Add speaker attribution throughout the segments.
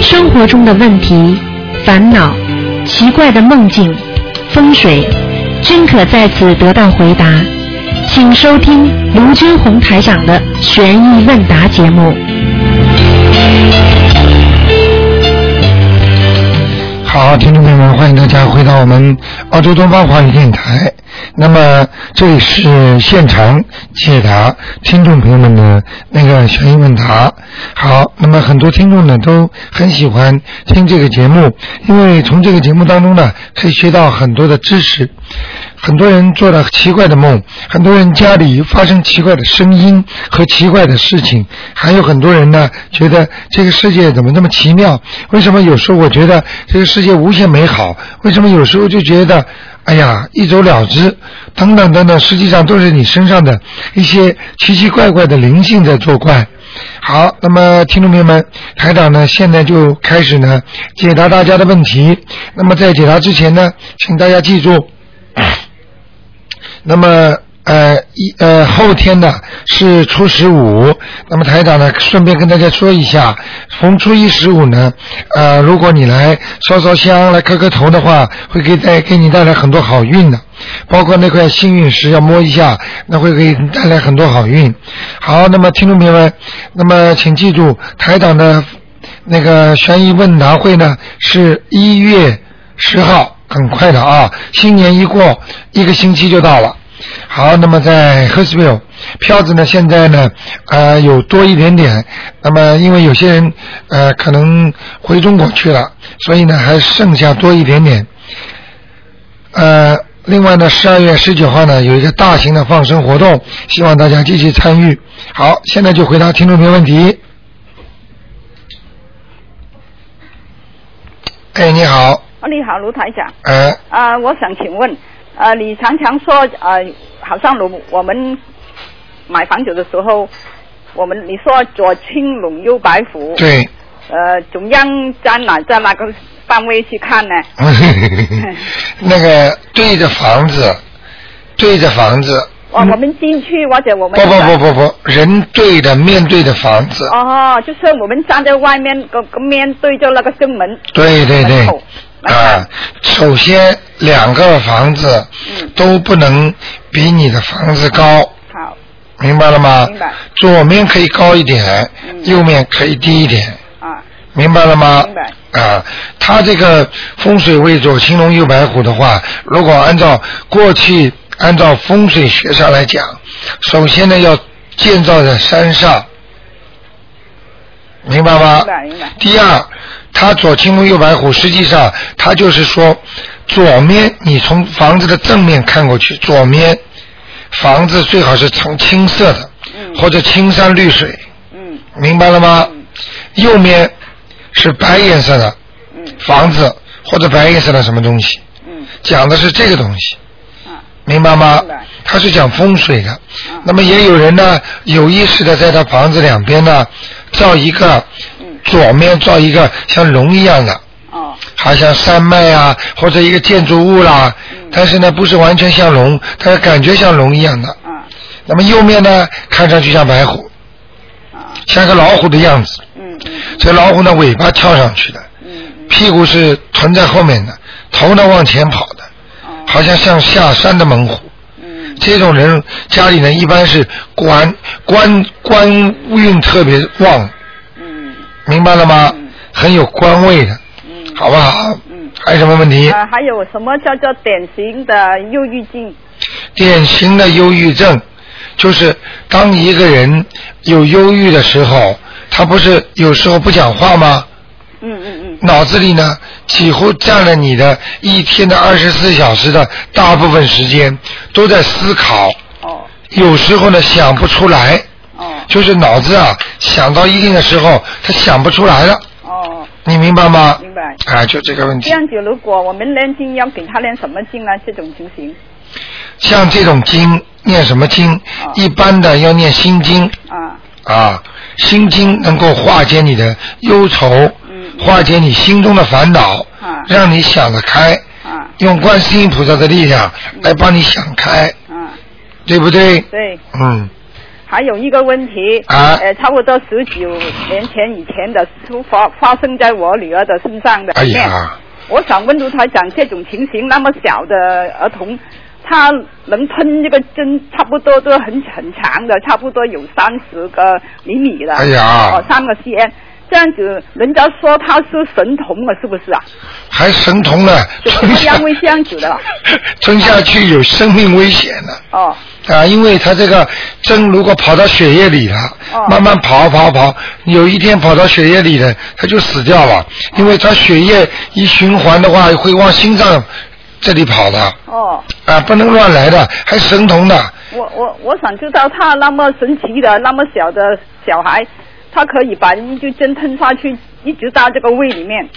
Speaker 1: 生活中的问题、烦恼、奇怪的梦境、风水，均可在此得到回答。请收听卢军红台长的《悬疑问答》节目。
Speaker 2: 好，听众朋友们，欢迎大家回到我们澳洲东方华语电台。那么这里是现场解答听众朋友们的那个悬疑问答。好，那么很多听众呢都很喜欢听这个节目，因为从这个节目当中呢可以学到很多的知识。很多人做了奇怪的梦，很多人家里发生奇怪的声音和奇怪的事情，还有很多人呢觉得这个世界怎么这么奇妙？为什么有时候我觉得这个世界无限美好？为什么有时候就觉得哎呀一走了之？等等等等，实际上都是你身上的一些奇奇怪怪的灵性在作怪。好，那么听众朋友们，台长呢现在就开始呢解答大家的问题。那么在解答之前呢，请大家记住。那么呃一呃后天呢是初十五，那么台长呢顺便跟大家说一下，从初一十五呢，呃如果你来烧烧香来磕磕头的话，会给带给你带来很多好运的。包括那块幸运石要摸一下，那会给你带来很多好运。好，那么听众朋友们，那么请记住，台长的那个悬疑问答会呢是一月十号，很快的啊，新年一过，一个星期就到了。好，那么在 h e r s v i l l e 票子呢，现在呢，呃，有多一点点。那么，因为有些人呃可能回中国去了，所以呢还剩下多一点点。呃，另外呢，十二月十九号呢有一个大型的放生活动，希望大家积极参与。好，现在就回答听众朋友问题。哎，你好，
Speaker 3: 啊，你好，卢台长。
Speaker 2: 呃，
Speaker 3: 啊、我想请问，呃，你常常说，呃，好像如我们买房子的时候，我们你说左青龙右白虎，
Speaker 2: 对，
Speaker 3: 呃，怎样在哪在哪个范围去看呢？
Speaker 2: 那个对着房子，对着房子，
Speaker 3: 哦我、我们进去或者我
Speaker 2: 嗯不
Speaker 3: 们
Speaker 2: 不不不不，人对着面对着房子，
Speaker 3: 哦，就是我们站在外面，个个面对着那个正门
Speaker 2: 对对对
Speaker 3: 门，口来看
Speaker 2: 啊，首先两个房子
Speaker 3: 嗯
Speaker 2: 都不能比你的房子高，
Speaker 3: 好，
Speaker 2: 明白了吗
Speaker 3: 明白？
Speaker 2: 左面可以高一点，
Speaker 3: 嗯
Speaker 2: 右面可以低一点，
Speaker 3: 啊，
Speaker 2: 明白了吗？
Speaker 3: 明白。
Speaker 2: 啊，它这个风水位左青龙右白虎的话，如果按照过去按照风水学上来讲，首先呢要建造在山上，明白吗？
Speaker 3: 明白明白
Speaker 2: 第二，它左青龙右白虎，实际上它就是说，左面你从房子的正面看过去，左面房子最好是呈青色的，
Speaker 3: 嗯
Speaker 2: 或者青山绿水，
Speaker 3: 嗯
Speaker 2: 明白了吗？
Speaker 3: 嗯
Speaker 2: 右面是白颜色的
Speaker 3: 嗯
Speaker 2: 房子或者白颜色的什么东西，
Speaker 3: 嗯
Speaker 2: 讲的是这个东西，
Speaker 3: 啊
Speaker 2: 明白吗
Speaker 3: 明白？嗯
Speaker 2: 它是讲风水的。那么也有人呢，有意识的在他房子两边呢造一个
Speaker 3: 嗯
Speaker 2: 左面造一个像龙一样的，
Speaker 3: 哦
Speaker 2: 好像山脉啊或者一个建筑物啦，
Speaker 3: 嗯
Speaker 2: 但是呢不是完全像龙，但是感觉像龙一样的。
Speaker 3: 啊
Speaker 2: 那么右面呢看上去像白虎，
Speaker 3: 啊
Speaker 2: 像个老虎的样子。
Speaker 3: 嗯嗯
Speaker 2: 这老虎呢尾巴翘上去的，
Speaker 3: 嗯嗯
Speaker 2: 屁股是臀在后面的，头呢往前跑的，
Speaker 3: 哦
Speaker 2: 好像像下山的猛虎。
Speaker 3: 嗯
Speaker 2: 这种人家里人一般是官官官运特别旺，
Speaker 3: 嗯
Speaker 2: 明白了吗
Speaker 3: 嗯？
Speaker 2: 很有官位的，
Speaker 3: 嗯
Speaker 2: 好不好？
Speaker 3: 嗯
Speaker 2: 还有什么问题？
Speaker 3: 啊，还有什么叫做典型的忧郁症？
Speaker 2: 典型的忧郁症，就是当一个人有忧郁的时候，他不是有时候不讲话吗？
Speaker 3: 嗯嗯
Speaker 2: 脑子里呢，几乎占了你的一天的二十四小时的大部分时间，都在思考。
Speaker 3: 嗯，哦
Speaker 2: 有时候呢，想不出来，
Speaker 3: 哦
Speaker 2: 就是脑子啊，想到一定的时候，他想不出来了，
Speaker 3: 哦，
Speaker 2: 你明白吗？
Speaker 3: 明白。
Speaker 2: 啊，就这个问
Speaker 3: 这
Speaker 2: 题。
Speaker 3: 样子，如果我们练经，要给他练什么经呢？这种情形
Speaker 2: 像这种经，念什么经？一般的要念心经
Speaker 3: 啊，
Speaker 2: 啊，心经能够化解你的忧愁，
Speaker 3: 嗯嗯
Speaker 2: 化解你心中的烦恼
Speaker 3: 啊，
Speaker 2: 让你想得开。
Speaker 3: 啊
Speaker 2: 用观世音菩萨的力量来帮你想开，
Speaker 3: 啊，
Speaker 2: 对不对？
Speaker 3: 对。
Speaker 2: 嗯，
Speaker 3: 还有一个问题，
Speaker 2: 啊
Speaker 3: 呃，差不多十九年前以前的是发发生在我女儿的身上的。
Speaker 2: 哎呀，
Speaker 3: 我想问卢台长，这种情形那么小的儿童，他能吞这个针，差不多都很很长的，差不多有三十个厘米了。
Speaker 2: 哎呀
Speaker 3: 哦，三个 cm，这样子，人家说他是神童了，是不 是啊？
Speaker 2: 还神童了，
Speaker 3: 就是
Speaker 2: 吞
Speaker 3: 他
Speaker 2: 下
Speaker 3: 因为这样子的了。
Speaker 2: 吞下去有生命危险呢。
Speaker 3: 哦，
Speaker 2: 啊，因为它这个针如果跑到血液里了，
Speaker 3: 哦
Speaker 2: 慢慢跑跑跑，有一天跑到血液里了，它就死掉了，因为它血液一循环的话，会往心脏这里跑的，
Speaker 3: 哦。
Speaker 2: 啊，不能乱来的，还神童的，
Speaker 3: 我我我想知道他那么神奇的那么小的小孩，他可以把一支针吞下去，一直到这个胃里面，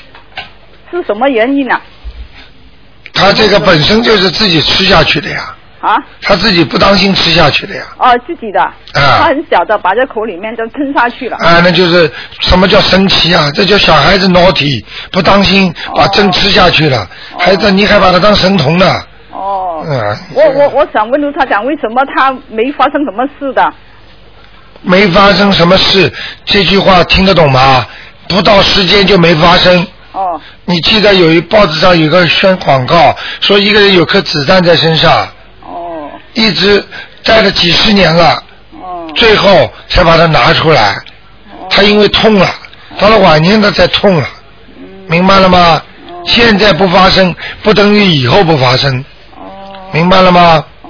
Speaker 3: 是什么原因啊？
Speaker 2: 他这个本身就是自己吃下去的呀，
Speaker 3: 啊？
Speaker 2: 他自己不当心吃下去的呀，
Speaker 3: 哦，自己的，他很小的，把这口里面就吞下去了。
Speaker 2: 啊，那就是什么叫神奇啊？这叫小孩子 naughty，不当心把针吃下去了，还子你还把他当神童呢，
Speaker 3: 哦，
Speaker 2: 啊，
Speaker 3: 我我我想问卢他长，为什么他没发生什么事的？
Speaker 2: 没发生什么事，这句话听得懂吗？不到时间就没发生。
Speaker 3: 哦
Speaker 2: 你记得有一报纸上有个宣广告，说一个人有颗子弹在身上，
Speaker 3: 哦
Speaker 2: 一直带了几十年了，
Speaker 3: 哦
Speaker 2: 最后才把它拿出来。他因为痛了，
Speaker 3: 哦
Speaker 2: 到了晚年他才痛了，
Speaker 3: 嗯
Speaker 2: 明白了吗？现在不发生，不等于以后不发生，
Speaker 3: 哦
Speaker 2: 明白了吗？
Speaker 3: 哦，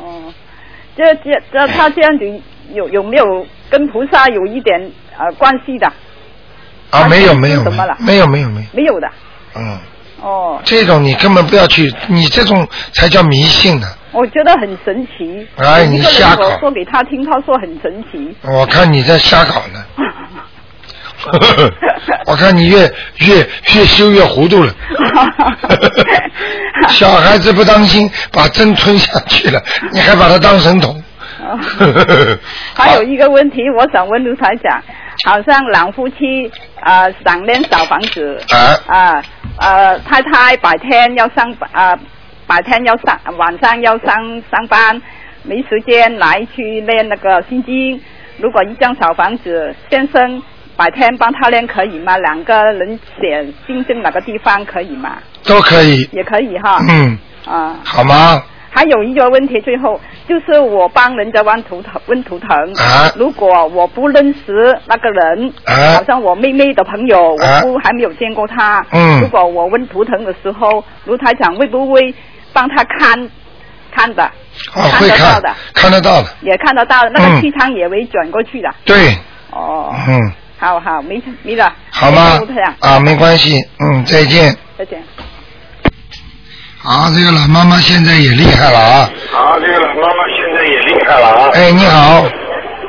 Speaker 3: 这这这他这样子有有没有跟菩萨有一点呃关系的？
Speaker 2: 啊，
Speaker 3: 他
Speaker 2: 没有
Speaker 3: 是
Speaker 2: 没有
Speaker 3: 怎么了
Speaker 2: 没有没有没有，
Speaker 3: 没有的。
Speaker 2: 嗯，
Speaker 3: 哦，
Speaker 2: 这种你根本不要去，你这种才叫迷信呢。
Speaker 3: 我觉得很神奇。
Speaker 2: 哎你
Speaker 3: 有一个人
Speaker 2: 瞎搞
Speaker 3: 我说给他听，他说很神 奇。
Speaker 2: 我看你在瞎搞呢，我看你越越越修越糊涂了。小孩子不当心把针吞下去了，你还把他当神童。
Speaker 3: 还有一个问题，我想问卢台长，好像两夫妻啊，呃想念小房子
Speaker 2: 啊，
Speaker 3: 啊，呃，太太白天要上啊，白天要上，晚上要上上班，没时间来去练那个心经。如果一张小房子，先生白天帮他练可以吗？两个人写心经哪个地方可以吗？
Speaker 2: 都可以，
Speaker 3: 也可以哈。
Speaker 2: 嗯，
Speaker 3: 啊，
Speaker 2: 好吗？
Speaker 3: 还有一个问题，最后就是我帮人家弯图腾，温图腾。
Speaker 2: 啊
Speaker 3: 如果我不认识那个人，
Speaker 2: 啊
Speaker 3: 好像我妹妹的朋友，
Speaker 2: 啊
Speaker 3: 我不还没有见过他。
Speaker 2: 嗯
Speaker 3: 如果我温图腾的时候，卢台长会不会帮他看看的？
Speaker 2: 啊，会
Speaker 3: 得到
Speaker 2: 看
Speaker 3: 的，，
Speaker 2: 看得到的，
Speaker 3: 也看得到，那
Speaker 2: 嗯
Speaker 3: 个气场也会转过去的。
Speaker 2: 对，
Speaker 3: 哦，
Speaker 2: 嗯，
Speaker 3: 好好，没没了。
Speaker 2: 好吗
Speaker 3: 卢台长？，
Speaker 2: 啊，没关系，嗯，再见。
Speaker 3: 再见。
Speaker 2: 好，这个老妈妈现在也厉害了啊！
Speaker 4: 好，这个老妈妈现在也厉害了啊！
Speaker 2: 哎，你好，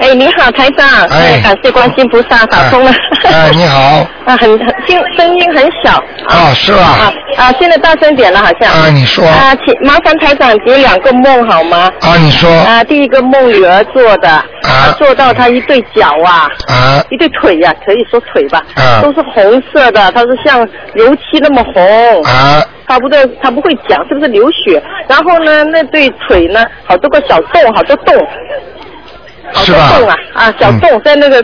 Speaker 5: 哎，你好，台长。
Speaker 2: 哎
Speaker 5: 感谢观世音菩萨打通了。
Speaker 2: 哎，你好，
Speaker 5: 啊，很很声声音很小。
Speaker 2: 啊，是吧
Speaker 5: 啊？啊，现在大声点了，好像。
Speaker 2: 啊，你说，
Speaker 5: 啊，请麻烦台长解两个梦好吗？
Speaker 2: 啊，你说，
Speaker 5: 啊，第一个梦女儿做的，啊做到她一对脚啊，
Speaker 2: 啊，
Speaker 5: 一对腿呀、可以说腿吧，
Speaker 2: 啊
Speaker 5: 都是红色的，它是像油漆那么红，
Speaker 2: 啊，
Speaker 5: 她不对，她不会讲是不是流血，然后呢，那对腿呢，好多个小洞，好多洞，好
Speaker 2: 是
Speaker 5: 多
Speaker 2: 吧嗯
Speaker 5: 洞啊？啊，小洞在那个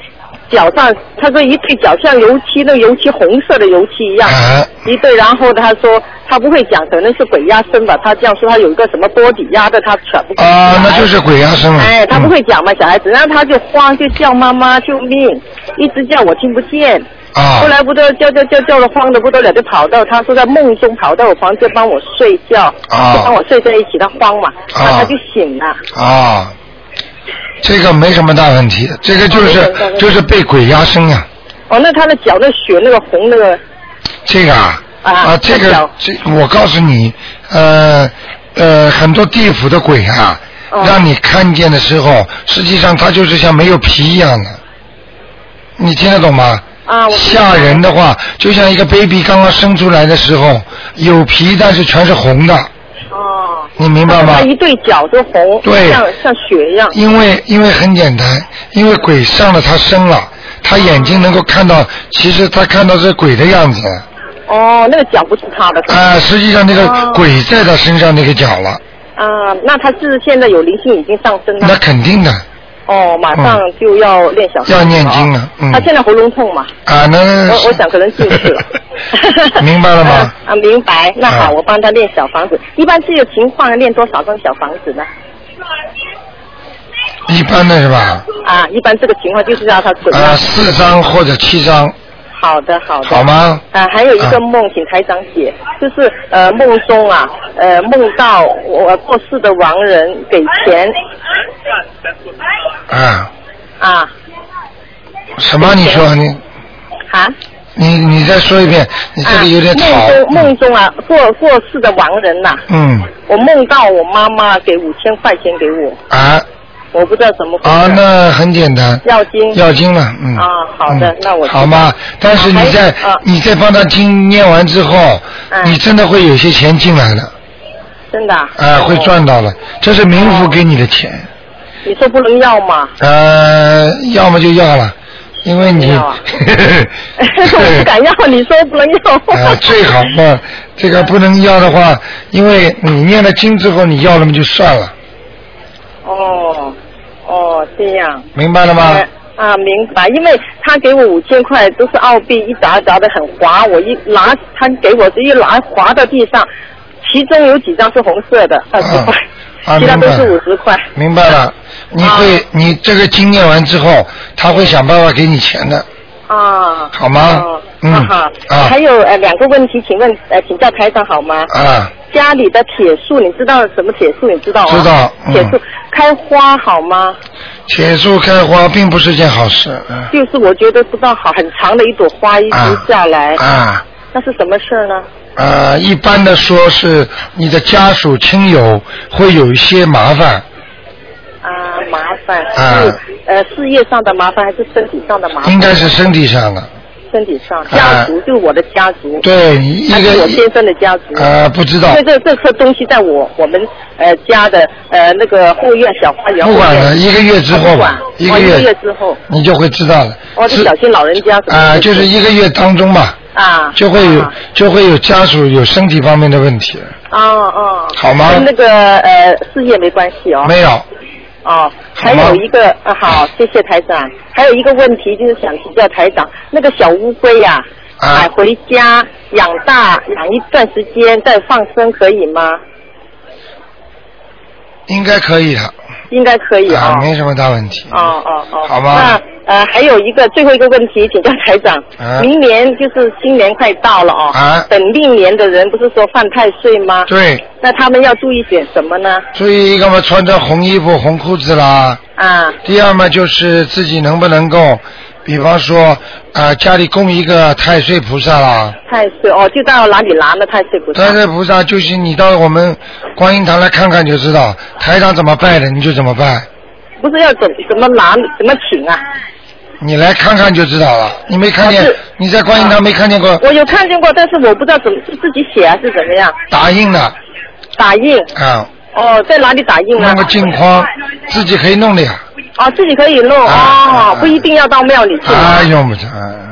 Speaker 5: 脚上，他说一对脚像油漆，那个油漆红色的油漆一样，
Speaker 2: 啊，
Speaker 5: 一对。然后他说他不会讲，可能是鬼压身吧。他这样说，他有一个什么波底压着他喘不过气
Speaker 2: 啊，那
Speaker 5: 来
Speaker 2: 就是鬼压身了。
Speaker 5: 哎，他不
Speaker 2: 嗯
Speaker 5: 会讲嘛，小孩子，然后他就慌，就叫妈妈救命，一直叫我听不见。
Speaker 2: 啊
Speaker 5: 后，来不得叫叫叫叫的慌的不得了，就跑到他说在梦中跑到我房间帮我睡觉，
Speaker 2: 啊
Speaker 5: 就帮我睡在一起，他慌嘛，然后他就醒了。
Speaker 2: 啊，这个没什么大问题，这个
Speaker 5: 啊
Speaker 2: 就是就是被鬼压身啊，
Speaker 5: 哦，那他的脚那血那个红那个
Speaker 2: 这个啊，
Speaker 5: 啊
Speaker 2: 啊，这
Speaker 5: 太
Speaker 2: 个
Speaker 5: 小
Speaker 2: 这我告诉你，呃呃，很多地府的鬼啊，
Speaker 5: 哦
Speaker 2: 让你看见的时候，实际上它就是像没有皮一样的，你听得懂吗？
Speaker 5: 啊，我
Speaker 2: 吓人的话，就像一个 baby 刚刚生出来的时候，有皮但是全是红的，
Speaker 5: 哦，
Speaker 2: 你明白吗？
Speaker 5: 他一对脚都红，
Speaker 2: 对
Speaker 5: 像像血一样。
Speaker 2: 因为因为很简单，因为鬼上了他身了，他眼睛能够看到，其实他看到是鬼的样子，
Speaker 5: 哦，那个脚不是他的。
Speaker 2: 啊、实际上那个
Speaker 5: 哦
Speaker 2: 鬼在他身上那个脚了，
Speaker 5: 啊，那他是现在有灵性已经上升了
Speaker 2: 那。肯定的，
Speaker 5: 哦，马上就要练小房
Speaker 2: 嗯
Speaker 5: 子
Speaker 2: 要念
Speaker 5: 了啊
Speaker 2: 经了嗯
Speaker 5: 他现在喉咙痛嘛，
Speaker 2: 啊，那。
Speaker 5: 我我想可能进去了
Speaker 2: 明白了吗？
Speaker 5: 啊，明白。那好，
Speaker 2: 嗯
Speaker 5: 我帮他练小房子。一般这个情况练多少张小房子呢？嗯
Speaker 2: 一般的是吧？
Speaker 5: 啊，一般这个情况就是让他准
Speaker 2: 啊，
Speaker 5: 了。
Speaker 2: 四张或者七张，
Speaker 5: 好的，好的。
Speaker 2: 好吗？
Speaker 5: 啊，还有一
Speaker 2: 啊
Speaker 5: 个梦，请台长解，就是呃梦中啊，呃梦到我过世的亡人给钱
Speaker 2: 啊，
Speaker 5: 啊
Speaker 2: 什么？你说你
Speaker 5: 啊，
Speaker 2: 你你再说一遍，你这
Speaker 5: 啊
Speaker 2: 个有点吵。
Speaker 5: 梦中梦中啊过过世的亡人呐、
Speaker 2: 嗯
Speaker 5: 我梦到我妈妈给五千块钱给我，
Speaker 2: 啊
Speaker 5: 我不知道怎么回事。
Speaker 2: 啊，那很简单，
Speaker 5: 要经
Speaker 2: 要经了，嗯。
Speaker 5: 啊好的
Speaker 2: 嗯
Speaker 5: 那我知道
Speaker 2: 好吗？但是你在
Speaker 5: 啊还啊
Speaker 2: 你在帮他经念完之后，
Speaker 5: 嗯
Speaker 2: 你真的会有些钱进来的，
Speaker 5: 真的啊
Speaker 2: 啊，会赚到的，这是冥
Speaker 5: 哦
Speaker 2: 府给你的钱。
Speaker 5: 你说不能要嘛？
Speaker 2: 呃，要么就要了，因为你，
Speaker 5: 不要啊 我不敢要，你说不能 要。
Speaker 2: 呃，最好嘛，这个不能要的话，因为你念了经之后，你要了么就算了，
Speaker 5: 哦哦，这样。
Speaker 2: 明白了吗？
Speaker 5: 呃啊，明白，因为他给我五千块都是澳币，一砸砸的很滑，我一拿他给我这一拿滑到地上，其中有几张是红色的，二十块，
Speaker 2: 啊，
Speaker 5: 其
Speaker 2: 明
Speaker 5: 他
Speaker 2: 白
Speaker 5: 都
Speaker 2: 了。
Speaker 5: 是五十块。
Speaker 2: 明白了，你
Speaker 5: 啊
Speaker 2: 会，你这个经念完之后，他会想办法给你钱的。
Speaker 5: 啊，
Speaker 2: 好吗
Speaker 5: 哦
Speaker 2: 嗯
Speaker 5: 啊哈，
Speaker 2: 啊
Speaker 5: 还有呃两个问题，请问呃请教台长好吗？
Speaker 2: 啊，
Speaker 5: 家里的铁树，你知道什么铁树？你知道吗？
Speaker 2: 知道嗯
Speaker 5: 铁树开花好吗？
Speaker 2: 铁树开花并不是件好事。嗯
Speaker 5: 就是我觉得不知道好，很长的一朵花一直
Speaker 2: 啊
Speaker 5: 下来，
Speaker 2: 啊
Speaker 5: 那是什么事儿呢？
Speaker 2: 啊，一般的说是你的家属亲友会有一些麻烦，
Speaker 5: 啊，麻烦
Speaker 2: 啊
Speaker 5: 是呃事业上的麻烦还是身体上的麻
Speaker 2: 应
Speaker 5: 烦？
Speaker 2: 该是身体上的。
Speaker 5: 身体上，
Speaker 2: 啊
Speaker 5: 家族就是我的家族，
Speaker 2: 对，一
Speaker 5: 那是我先
Speaker 2: 个
Speaker 5: 生的家族。
Speaker 2: 呃不知道
Speaker 5: 因为，这这颗东西在我我们呃家的呃那个后院小花园后
Speaker 2: 不
Speaker 5: 院。
Speaker 2: 管了，一个月之
Speaker 5: 啊
Speaker 2: 后
Speaker 5: 不管
Speaker 2: 吧
Speaker 5: 哦，
Speaker 2: 一
Speaker 5: 一
Speaker 2: 个
Speaker 5: 个
Speaker 2: 月
Speaker 5: 月之后，
Speaker 2: 你就会知道了。
Speaker 5: 哦，就是小心老人家什么
Speaker 2: 啊，
Speaker 5: 的
Speaker 2: 就是一个月当中吧，
Speaker 5: 啊，
Speaker 2: 就会有
Speaker 5: 啊
Speaker 2: 就会有家属有身体方面的问题，
Speaker 5: 哦哦，
Speaker 2: 好吗
Speaker 5: 跟那个呃事业没关系哦。
Speaker 2: 没有。
Speaker 5: 哦，还
Speaker 2: 好
Speaker 5: 有
Speaker 2: 吗
Speaker 5: 一个啊，好，谢谢台长。还有一个问题就是想请教台长，那个小乌龟呀、
Speaker 2: 啊
Speaker 5: 买回家养大养一段时间再放生可以吗？
Speaker 2: 应该可以的，
Speaker 5: 应该可以
Speaker 2: 啊，
Speaker 5: 哦。
Speaker 2: 没什么大问题。
Speaker 5: 哦哦哦，
Speaker 2: 好吧
Speaker 5: 那呃，还有一个最后一个问题，请教台长，
Speaker 2: 啊
Speaker 5: 明年就是新年快到了哦，
Speaker 2: 啊
Speaker 5: 本命年的人不是说犯太岁吗？
Speaker 2: 对，
Speaker 5: 那他们要注意点什么呢？
Speaker 2: 注意一个嘛，穿着红衣服、红裤子啦。
Speaker 5: 啊
Speaker 2: 第二嘛，就是自己能不能够，比方说啊、家里供一个太岁菩萨啦。
Speaker 5: 太岁哦，就到哪里拿呢？太岁菩萨
Speaker 2: 太岁菩萨就是你到我们观音堂来看看就知道，台长怎么拜的你就怎么拜，
Speaker 5: 不是要怎怎么拿怎么请啊？
Speaker 2: 你来看看就知道了。你没看
Speaker 5: 啊
Speaker 2: 见
Speaker 5: 是？
Speaker 2: 你在观音堂没看见过
Speaker 5: 啊我有看见过，但是我不知道怎么是自己写还、是怎么样
Speaker 2: 打印的
Speaker 5: 打印。
Speaker 2: 啊？
Speaker 5: 哦，在哪里打印啊
Speaker 2: 弄？个镜框，自己可以弄的呀。
Speaker 5: 哦，自己可以弄
Speaker 2: 啊
Speaker 5: 哦，不一定要到庙里去。
Speaker 2: 啊，用不着。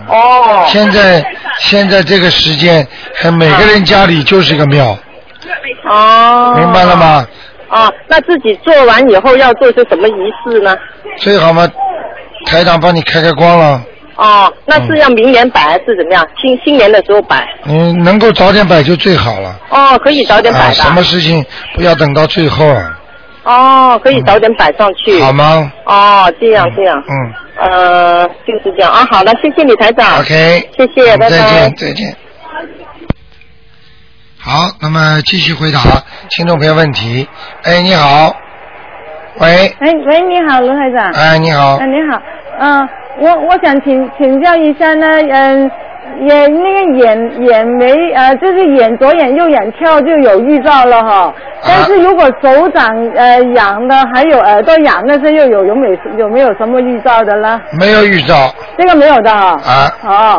Speaker 5: 哦，
Speaker 2: 现在现在这个时间，还每个人家里就是一个庙，
Speaker 5: 哦，
Speaker 2: 明白了？吗？
Speaker 5: 哦，那自己做完以后要做些什么仪式呢？
Speaker 2: 最好嘛，台长帮你开开光了，
Speaker 5: 哦，那
Speaker 2: 嗯
Speaker 5: 是要明年摆还是怎么样？新新年的时候摆？
Speaker 2: 你能够早点摆就最好了。
Speaker 5: 哦，可以早点
Speaker 2: 啊，
Speaker 5: 摆的。
Speaker 2: 什么事情不要等到最后，
Speaker 5: 哦，可以早点摆上去。
Speaker 2: 嗯好吗？
Speaker 5: 哦，这样这样。
Speaker 2: 嗯
Speaker 5: 呃，就是这样啊。好了，谢谢你台长。
Speaker 2: ，OK，
Speaker 5: 谢谢
Speaker 2: 嗯
Speaker 5: 拜拜
Speaker 2: 再见，再见。好，那么继续回答听众朋友问题。哎，你好，喂，
Speaker 6: 哎，喂，你好，卢台长。
Speaker 2: 哎，你好
Speaker 6: 哎，，你好，嗯、我我想请请教一下呢，嗯、眼那个眼眼眉呃，就是眼左眼右眼跳就有预兆了
Speaker 2: 啊
Speaker 6: 哈，但是如果手掌呃痒的，还有耳朵痒的，这又有有没有没有什么预兆的呢？
Speaker 2: 没有预兆
Speaker 6: 这个没有的哈。
Speaker 2: 啊，
Speaker 6: 哦。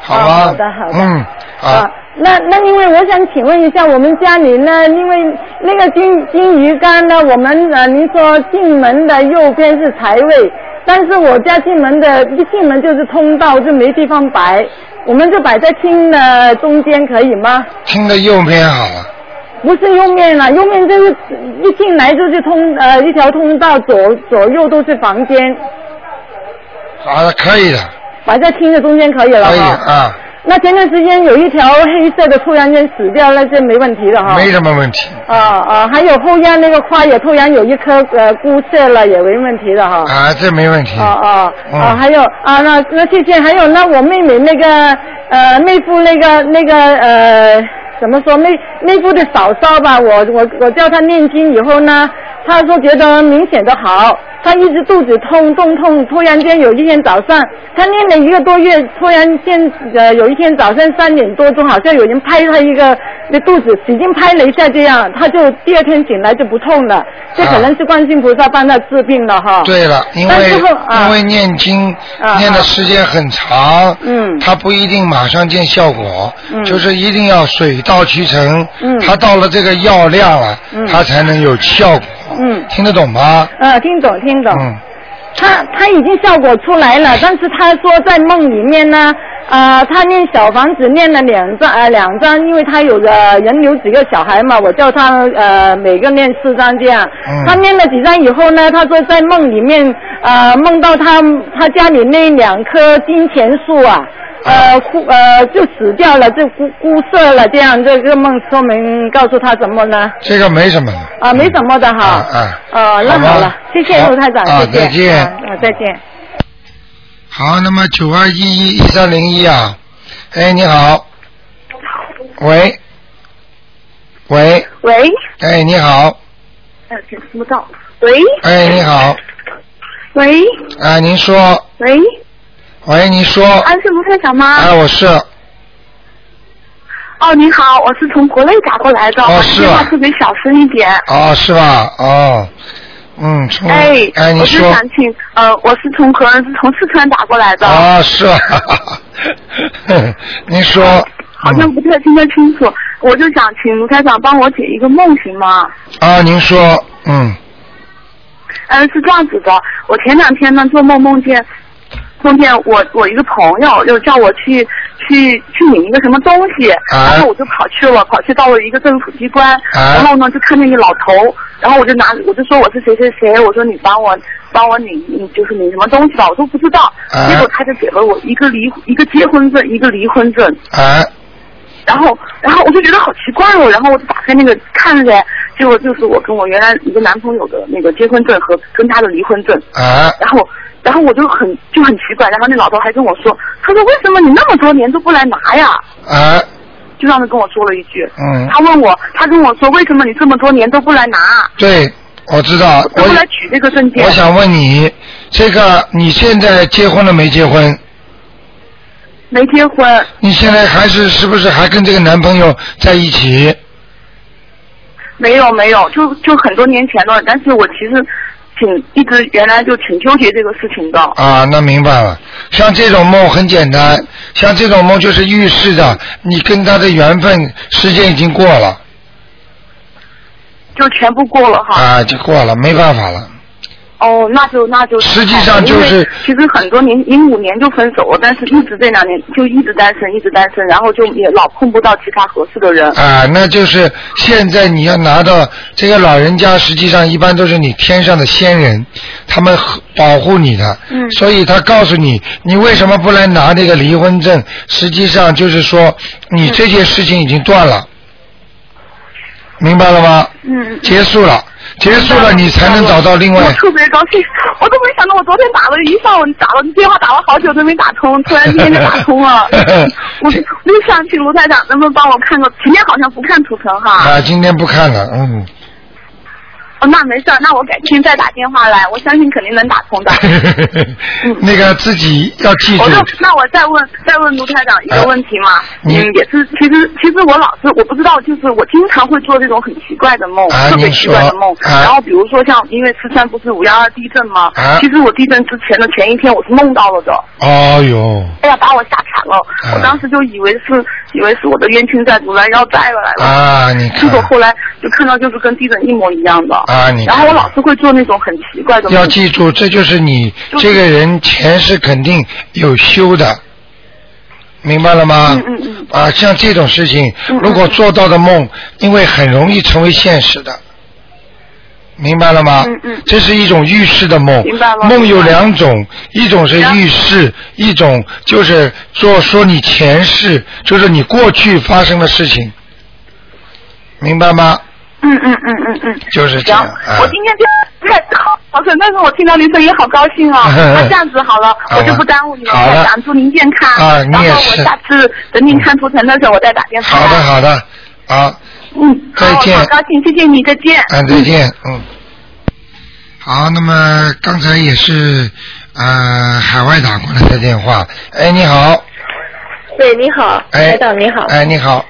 Speaker 2: 好
Speaker 6: 啊
Speaker 2: 吗？
Speaker 6: 好的好的哦
Speaker 2: 嗯，啊。
Speaker 6: 那那因为我想请问一下，我们家里呢，因为那个金金鱼缸呢，我们呃，您说进门的右边是财位，但是我家进门的一进门就是通道，就没地方摆，我们就摆在厅的中间可以吗？
Speaker 2: 听的右边好了，
Speaker 6: 不是右面了，右面就是一进来就是通呃一条通道，左左右都是房间，
Speaker 2: 好的，可以的，
Speaker 6: 摆在厅的中间可以了
Speaker 2: 可以
Speaker 6: 哈。
Speaker 2: 啊，
Speaker 6: 那前段时间有一条黑色的突然间死掉，那是没问题的哈。
Speaker 2: 没什么问题
Speaker 6: 啊啊，还有后院那个花也突然有一颗呃枯谢了，也没问题的哈。
Speaker 2: 啊，这没问题。
Speaker 6: 哦哦
Speaker 2: 嗯
Speaker 6: 哦，还有啊，那那谢谢，还有那我妹妹那个呃妹夫那个那个呃怎么说妹妹夫的嫂嫂吧，我我我叫她念经以后呢，她说觉得明显的好，她一直肚子痛痛痛，突然间有一天早上，她念了一个多月，突然间呃有一天早上三点多钟，好像有人拍她一个那肚子，使劲拍了一下这样，她就第二天醒来就不痛了，这可能是观世音菩萨帮她治病了哈。
Speaker 2: 对了，因
Speaker 6: 啊但
Speaker 2: 为
Speaker 6: 是后啊
Speaker 2: 因为念经
Speaker 6: 啊
Speaker 2: 念的时间很长，
Speaker 6: 嗯
Speaker 2: 它不一定马上见效果，
Speaker 6: 嗯
Speaker 2: 就是一定要水到渠成，
Speaker 6: 嗯
Speaker 2: 它到了这个药量了，
Speaker 6: 嗯
Speaker 2: 它才能有效果，
Speaker 6: 嗯
Speaker 2: 听得懂吗？
Speaker 6: 呃，听懂听懂。
Speaker 2: 嗯，
Speaker 6: 他他已经效果出来了，但是他说在梦里面呢，呃，他念小房子念了两张，呃，两张，因为他有呃人有几个小孩嘛，我叫他呃每个念四张这样。
Speaker 2: 嗯
Speaker 6: 他念了几张以后呢，他说在梦里面呃梦到他他家里那两棵金钱树啊。
Speaker 2: 嗯
Speaker 6: 呃，枯呃就死掉了，就枯枯涩了，这样这个梦说明告诉他什么呢？
Speaker 2: 这个没什么的。
Speaker 6: 啊，没什么的哈。
Speaker 2: 啊啊
Speaker 6: 哦，
Speaker 2: 好
Speaker 6: 那
Speaker 2: 吧
Speaker 6: 好了，谢谢
Speaker 2: 好
Speaker 6: 卢台长，
Speaker 2: 啊
Speaker 6: 谢谢。
Speaker 2: 再见
Speaker 6: 啊，再见。
Speaker 2: 好，那么九二一一一三零一啊，哎，你好，喂，喂，
Speaker 7: 喂，
Speaker 2: 哎，你好，
Speaker 8: 哎
Speaker 7: 呃，听不到。喂，
Speaker 2: 哎，你好，
Speaker 7: 喂，
Speaker 2: 啊，您说，
Speaker 7: 喂，
Speaker 2: 喂，您说，
Speaker 7: 安是卢台长吗？
Speaker 2: 哦哎，我是，
Speaker 7: 哦，你好，我是从国内打过来的，
Speaker 2: 哦
Speaker 7: 我
Speaker 2: 是
Speaker 7: 电
Speaker 2: 啊
Speaker 7: 话特别小声一点。
Speaker 2: 哦，是吧？哦，嗯，从
Speaker 7: 哎，
Speaker 2: 哎，你
Speaker 7: 我是
Speaker 2: 说，
Speaker 7: 想请，呃，我是从河南，是从四川打过来的，
Speaker 2: 啊，是吧？您说，
Speaker 7: 啊好像
Speaker 2: 嗯
Speaker 7: 不太听得清楚，我就想请卢台长帮我解一个梦，行吗？
Speaker 2: 啊，您说，嗯，
Speaker 7: 嗯，是这样子的，我前两天呢做梦梦见，梦见我我一个朋友又叫我去去去领一个什么东西，
Speaker 2: 啊
Speaker 7: 然后我就跑去了，跑去到了一个政府机关，
Speaker 2: 啊
Speaker 7: 然后呢就看见一老头，然后我就拿我就说我是谁谁谁，我说你帮我帮我领领就是领什么东西吧，我都不知道，
Speaker 2: 啊
Speaker 7: 结果他就给了我一个离一个结婚证，一个离婚证，
Speaker 2: 哎，
Speaker 7: 然后，然后我就觉得好奇怪哦，然后我就打开那个看了呗，结果就是我跟我原来一个男朋友的那个结婚证和跟他的离婚证，
Speaker 2: 哎，
Speaker 7: 然后，然后我就很就很奇怪，然后那老头还跟我说，他说为什么你那么多年都不来拿呀？
Speaker 2: 哎，
Speaker 7: 就让他跟我说了一句，
Speaker 2: 嗯，
Speaker 7: 他问我，他跟我说为什么你这么多年都不来拿，
Speaker 2: 对，我知道，
Speaker 7: 都不来
Speaker 2: 我
Speaker 7: 取这个证件
Speaker 2: 我？想问你，这个你现在结婚了没结婚？
Speaker 7: 没结婚，
Speaker 2: 你现在还是是不是还跟这个男朋友在一起？
Speaker 7: 没有没有，就就很多年前了，但是我其实挺一直原来就挺纠结这个事情的。
Speaker 2: 啊，那明白了。像这种梦很简单，像这种梦就是预示着你跟他的缘分时间已经过了
Speaker 7: 就全部过了哈。
Speaker 2: 啊，就过了，没办法了。
Speaker 7: 哦，那就那就
Speaker 2: 实际上就是
Speaker 7: 因为其实很多年，零五年就分手了，但是一直这两年就一直单身，一直单身，然后就也老碰不到其他合适的人。
Speaker 2: 啊，那就是现在你要拿到这个老人家，实际上一般都是你天上的仙人，他们呵保护你的，
Speaker 7: 嗯
Speaker 2: 所以他告诉你，你为什么不来拿这个离婚证？实际上就是说，
Speaker 7: 嗯
Speaker 2: 你这件事情已经断了，明白了吗？
Speaker 7: 嗯。
Speaker 2: 结束了，结束了，你才能找到另
Speaker 7: 我
Speaker 2: 外。。
Speaker 7: 特别高兴，我都没想到，我昨天打了一上午打了电话，打了好久都没打通，突然之间就打通了 我我就想请卢台长，能不能帮我看个？今天好像不看图腾哈。
Speaker 2: 啊，今天不看了，嗯。
Speaker 7: 哦，那没事儿，那我改天再打电话来，我相信肯定能打 通的。
Speaker 2: 那个自己要记住呃
Speaker 7: 嗯我就，哦那我再问再问卢台长一个问题嘛，
Speaker 2: 你
Speaker 7: 嗯，也是，其实其实我老是我不知道，就是我经常会做这种很奇怪的梦，
Speaker 2: 啊
Speaker 7: 特别
Speaker 2: 您
Speaker 7: 奇
Speaker 2: 说
Speaker 7: 怪的梦。
Speaker 2: 啊
Speaker 7: 然后比如说像，因为四川不是五幺二地震嘛，
Speaker 2: 啊
Speaker 7: 其实我地震之前的前一天我是梦到了的，
Speaker 2: 哦哟，
Speaker 7: 哎呀把我吓惨了，
Speaker 2: 啊
Speaker 7: 我当时就以为是以为是我的冤亲债主来要债了来了。
Speaker 2: 啊，你
Speaker 7: 结
Speaker 2: 看
Speaker 7: 果，后来就看到就是跟地震一模一样的，
Speaker 2: 啊你看
Speaker 7: 然后我老是会做那种很奇怪的梦，
Speaker 2: 要记住，这就是你
Speaker 7: 就是
Speaker 2: 这个人前世肯定有修的，明白了吗？
Speaker 7: 嗯嗯嗯
Speaker 2: 啊，像这种事情，
Speaker 7: 嗯
Speaker 2: 如果做到的梦，因为很容易成为现实的，明白了吗？
Speaker 7: 嗯嗯
Speaker 2: 这是一种预示的梦。
Speaker 7: 明白了
Speaker 2: 梦有
Speaker 7: 明白了
Speaker 2: 两种，一种是预示，一种就是做说你前世，就是你过去发生的事情，明白吗？
Speaker 7: 嗯嗯嗯嗯嗯，
Speaker 2: 就是这
Speaker 7: 行
Speaker 2: 样。啊
Speaker 7: 我今天就太好好准，但是我听到您声音好高兴 哦。那这样子好了，我就不耽误你了，
Speaker 2: 好了
Speaker 7: 台长，祝您健康。
Speaker 2: 啊
Speaker 7: 然
Speaker 2: 你
Speaker 7: 后
Speaker 2: 也
Speaker 7: 我
Speaker 2: 是
Speaker 7: 下次等您看图腾的时候，我再打电话。
Speaker 2: 好的，。好的，好，
Speaker 7: 嗯，好，
Speaker 2: 再见
Speaker 7: 我好高兴，谢谢你，再见。
Speaker 2: 嗯，再见，嗯。好，那么刚才也是呃海外打过来的电话，哎，你好，
Speaker 9: 对，你好，
Speaker 2: 哎，
Speaker 9: 台长你好，
Speaker 2: 哎，你好，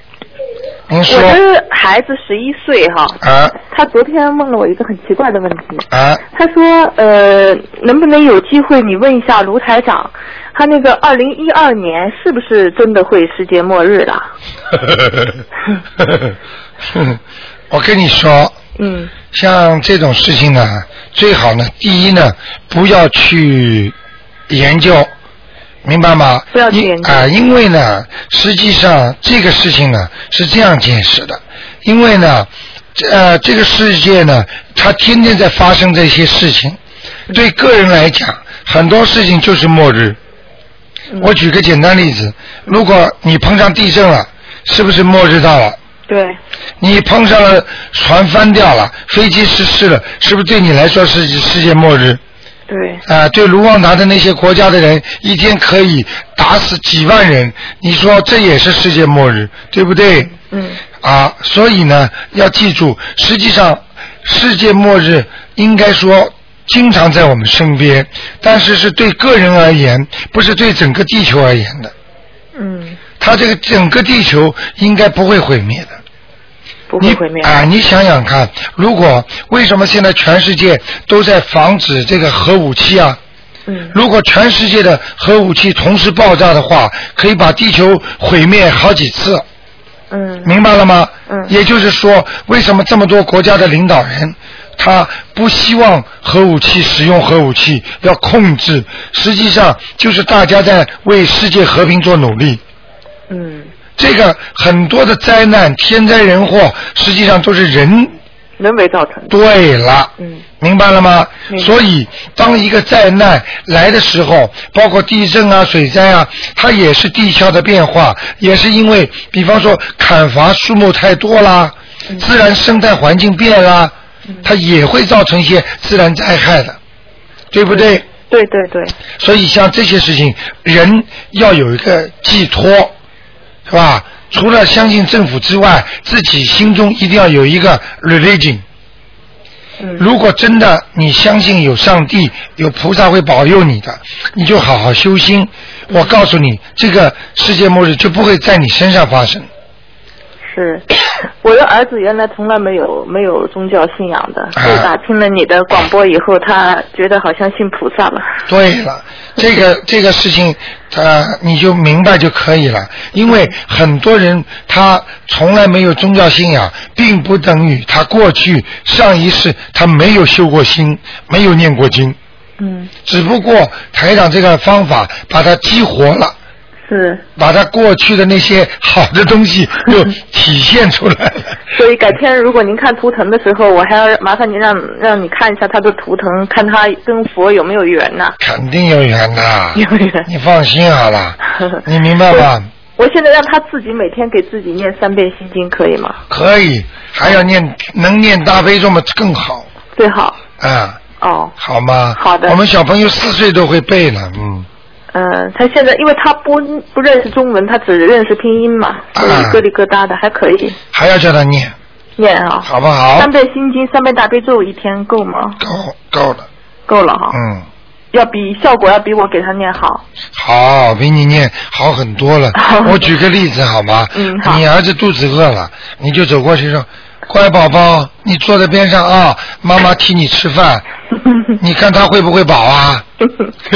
Speaker 2: 您说
Speaker 9: 我这孩子十一岁哈，
Speaker 2: 啊
Speaker 9: 他昨天问了我一个很奇怪的问题，
Speaker 2: 啊，
Speaker 9: 他说呃，能不能有机会你问一下卢台长，他那个二零一二年是不是真的会世界末日了？
Speaker 2: 我跟你说，
Speaker 9: 嗯
Speaker 2: 像这种事情呢，最好呢，第一呢，不要去研究，明白吗？
Speaker 9: 不要去
Speaker 2: 因
Speaker 9: 研究
Speaker 2: 啊、因为呢，实际上这个事情呢是这样解释的，因为呢，这呃，这个世界呢，它天天在发生这些事情，
Speaker 9: 嗯
Speaker 2: 对个人来讲，很多事情就是末日。
Speaker 9: 嗯
Speaker 2: 我举个简单例子，如果你碰上地震了，是不是末日到了？
Speaker 9: 对，
Speaker 2: 你碰上了船翻掉了，飞机失事了，是不是对你来说是世界末日？
Speaker 9: 对，
Speaker 2: 啊、对卢旺达的那些国家的人，一天可以打死几万人，你说这也是世界末日，对不对？
Speaker 9: 嗯
Speaker 2: 啊，所以呢，要记住，实际上世界末日应该说经常在我们身边，但是是对个人而言，不是对整个地球而言的。
Speaker 9: 嗯，
Speaker 2: 它这个整个地球应该不会毁灭的。
Speaker 9: 不
Speaker 2: 你
Speaker 9: 会毁灭。
Speaker 2: 啊！你想想看，如果为什么现在全世界都在防止这个核武器啊？
Speaker 9: 嗯
Speaker 2: 如果全世界的核武器同时爆炸的话，可以把地球毁灭好几次，
Speaker 9: 嗯
Speaker 2: 明白了吗？
Speaker 9: 嗯
Speaker 2: 也就是说，为什么这么多国家的领导人他不希望核武器使用核武器，要控制？实际上就是大家在为世界和平做努力。
Speaker 9: 嗯，
Speaker 2: 这个很多的灾难、天灾人祸，实际上都是人
Speaker 9: 人为造成的。
Speaker 2: 对了，
Speaker 9: 嗯
Speaker 2: 明白了吗？
Speaker 9: 明白
Speaker 2: 所以，当一个灾难来的时候，包括地震啊、水灾啊，它也是地壳的变化，也是因为，比方说砍伐树木太多啦，
Speaker 9: 嗯
Speaker 2: 自然生态环境变啦，它也会造成一些自然灾害的，对不对？
Speaker 9: 对对对，
Speaker 2: 所以像这些事情，人要有一个寄托，是吧？除了相信政府之外，自己心中一定要有一个 religion。
Speaker 9: 嗯
Speaker 2: 如果真的你相信有上帝、有菩萨会保佑你的，你就好好修心。我告诉你，这个世界末日就不会在你身上发生
Speaker 9: 是。我的儿子原来从来没有没有宗教信仰的，就打听了你的广播以后，他觉得好像信菩萨了。
Speaker 2: 对了，这 个这个事情，呃，你就明白就可以了。因为很多人他从来没有宗教信仰，并不等于他过去上一世他没有修过心，没有念过经，
Speaker 9: 嗯，
Speaker 2: 只不过台长这个方法把他激活了。
Speaker 9: 是，
Speaker 2: 把他过去的那些好的东西又体现出来 了。
Speaker 9: 所以改天如果您看图腾的时候，我还要麻烦您让让你看一下他的图腾，看他跟佛有没有缘呐、
Speaker 2: 肯定有缘的，
Speaker 9: 有缘。
Speaker 2: 你放心好 了，你明白吧？
Speaker 9: 我现在让他自己每天给自己念三遍心经，可以吗？
Speaker 2: 可以，还要念能念大悲咒嘛更好
Speaker 9: 最好。
Speaker 2: 啊，
Speaker 9: 哦，
Speaker 2: 好吗？
Speaker 9: 好的
Speaker 2: 我们小朋友四岁都会背了，嗯，
Speaker 9: 嗯、他现在因为他不不认识中文，他只认识拼音嘛，所以
Speaker 2: 啊
Speaker 9: 疙里疙瘩的，还可以
Speaker 2: 还要叫他念，
Speaker 9: 念啊。
Speaker 2: 好不好
Speaker 9: 三？遍心经，三遍大悲咒，一天够吗？
Speaker 2: 够够了，
Speaker 9: 够了哈，
Speaker 2: 嗯，
Speaker 9: 要比效果要比我给他念好。。
Speaker 2: 好，比你念好很多了 我举个例子好吗？
Speaker 9: 嗯好
Speaker 2: 你儿子肚子饿了，你就走过去 说：“乖宝宝，你坐在边上啊，妈妈替你吃 饭。”你看他会不会饱啊？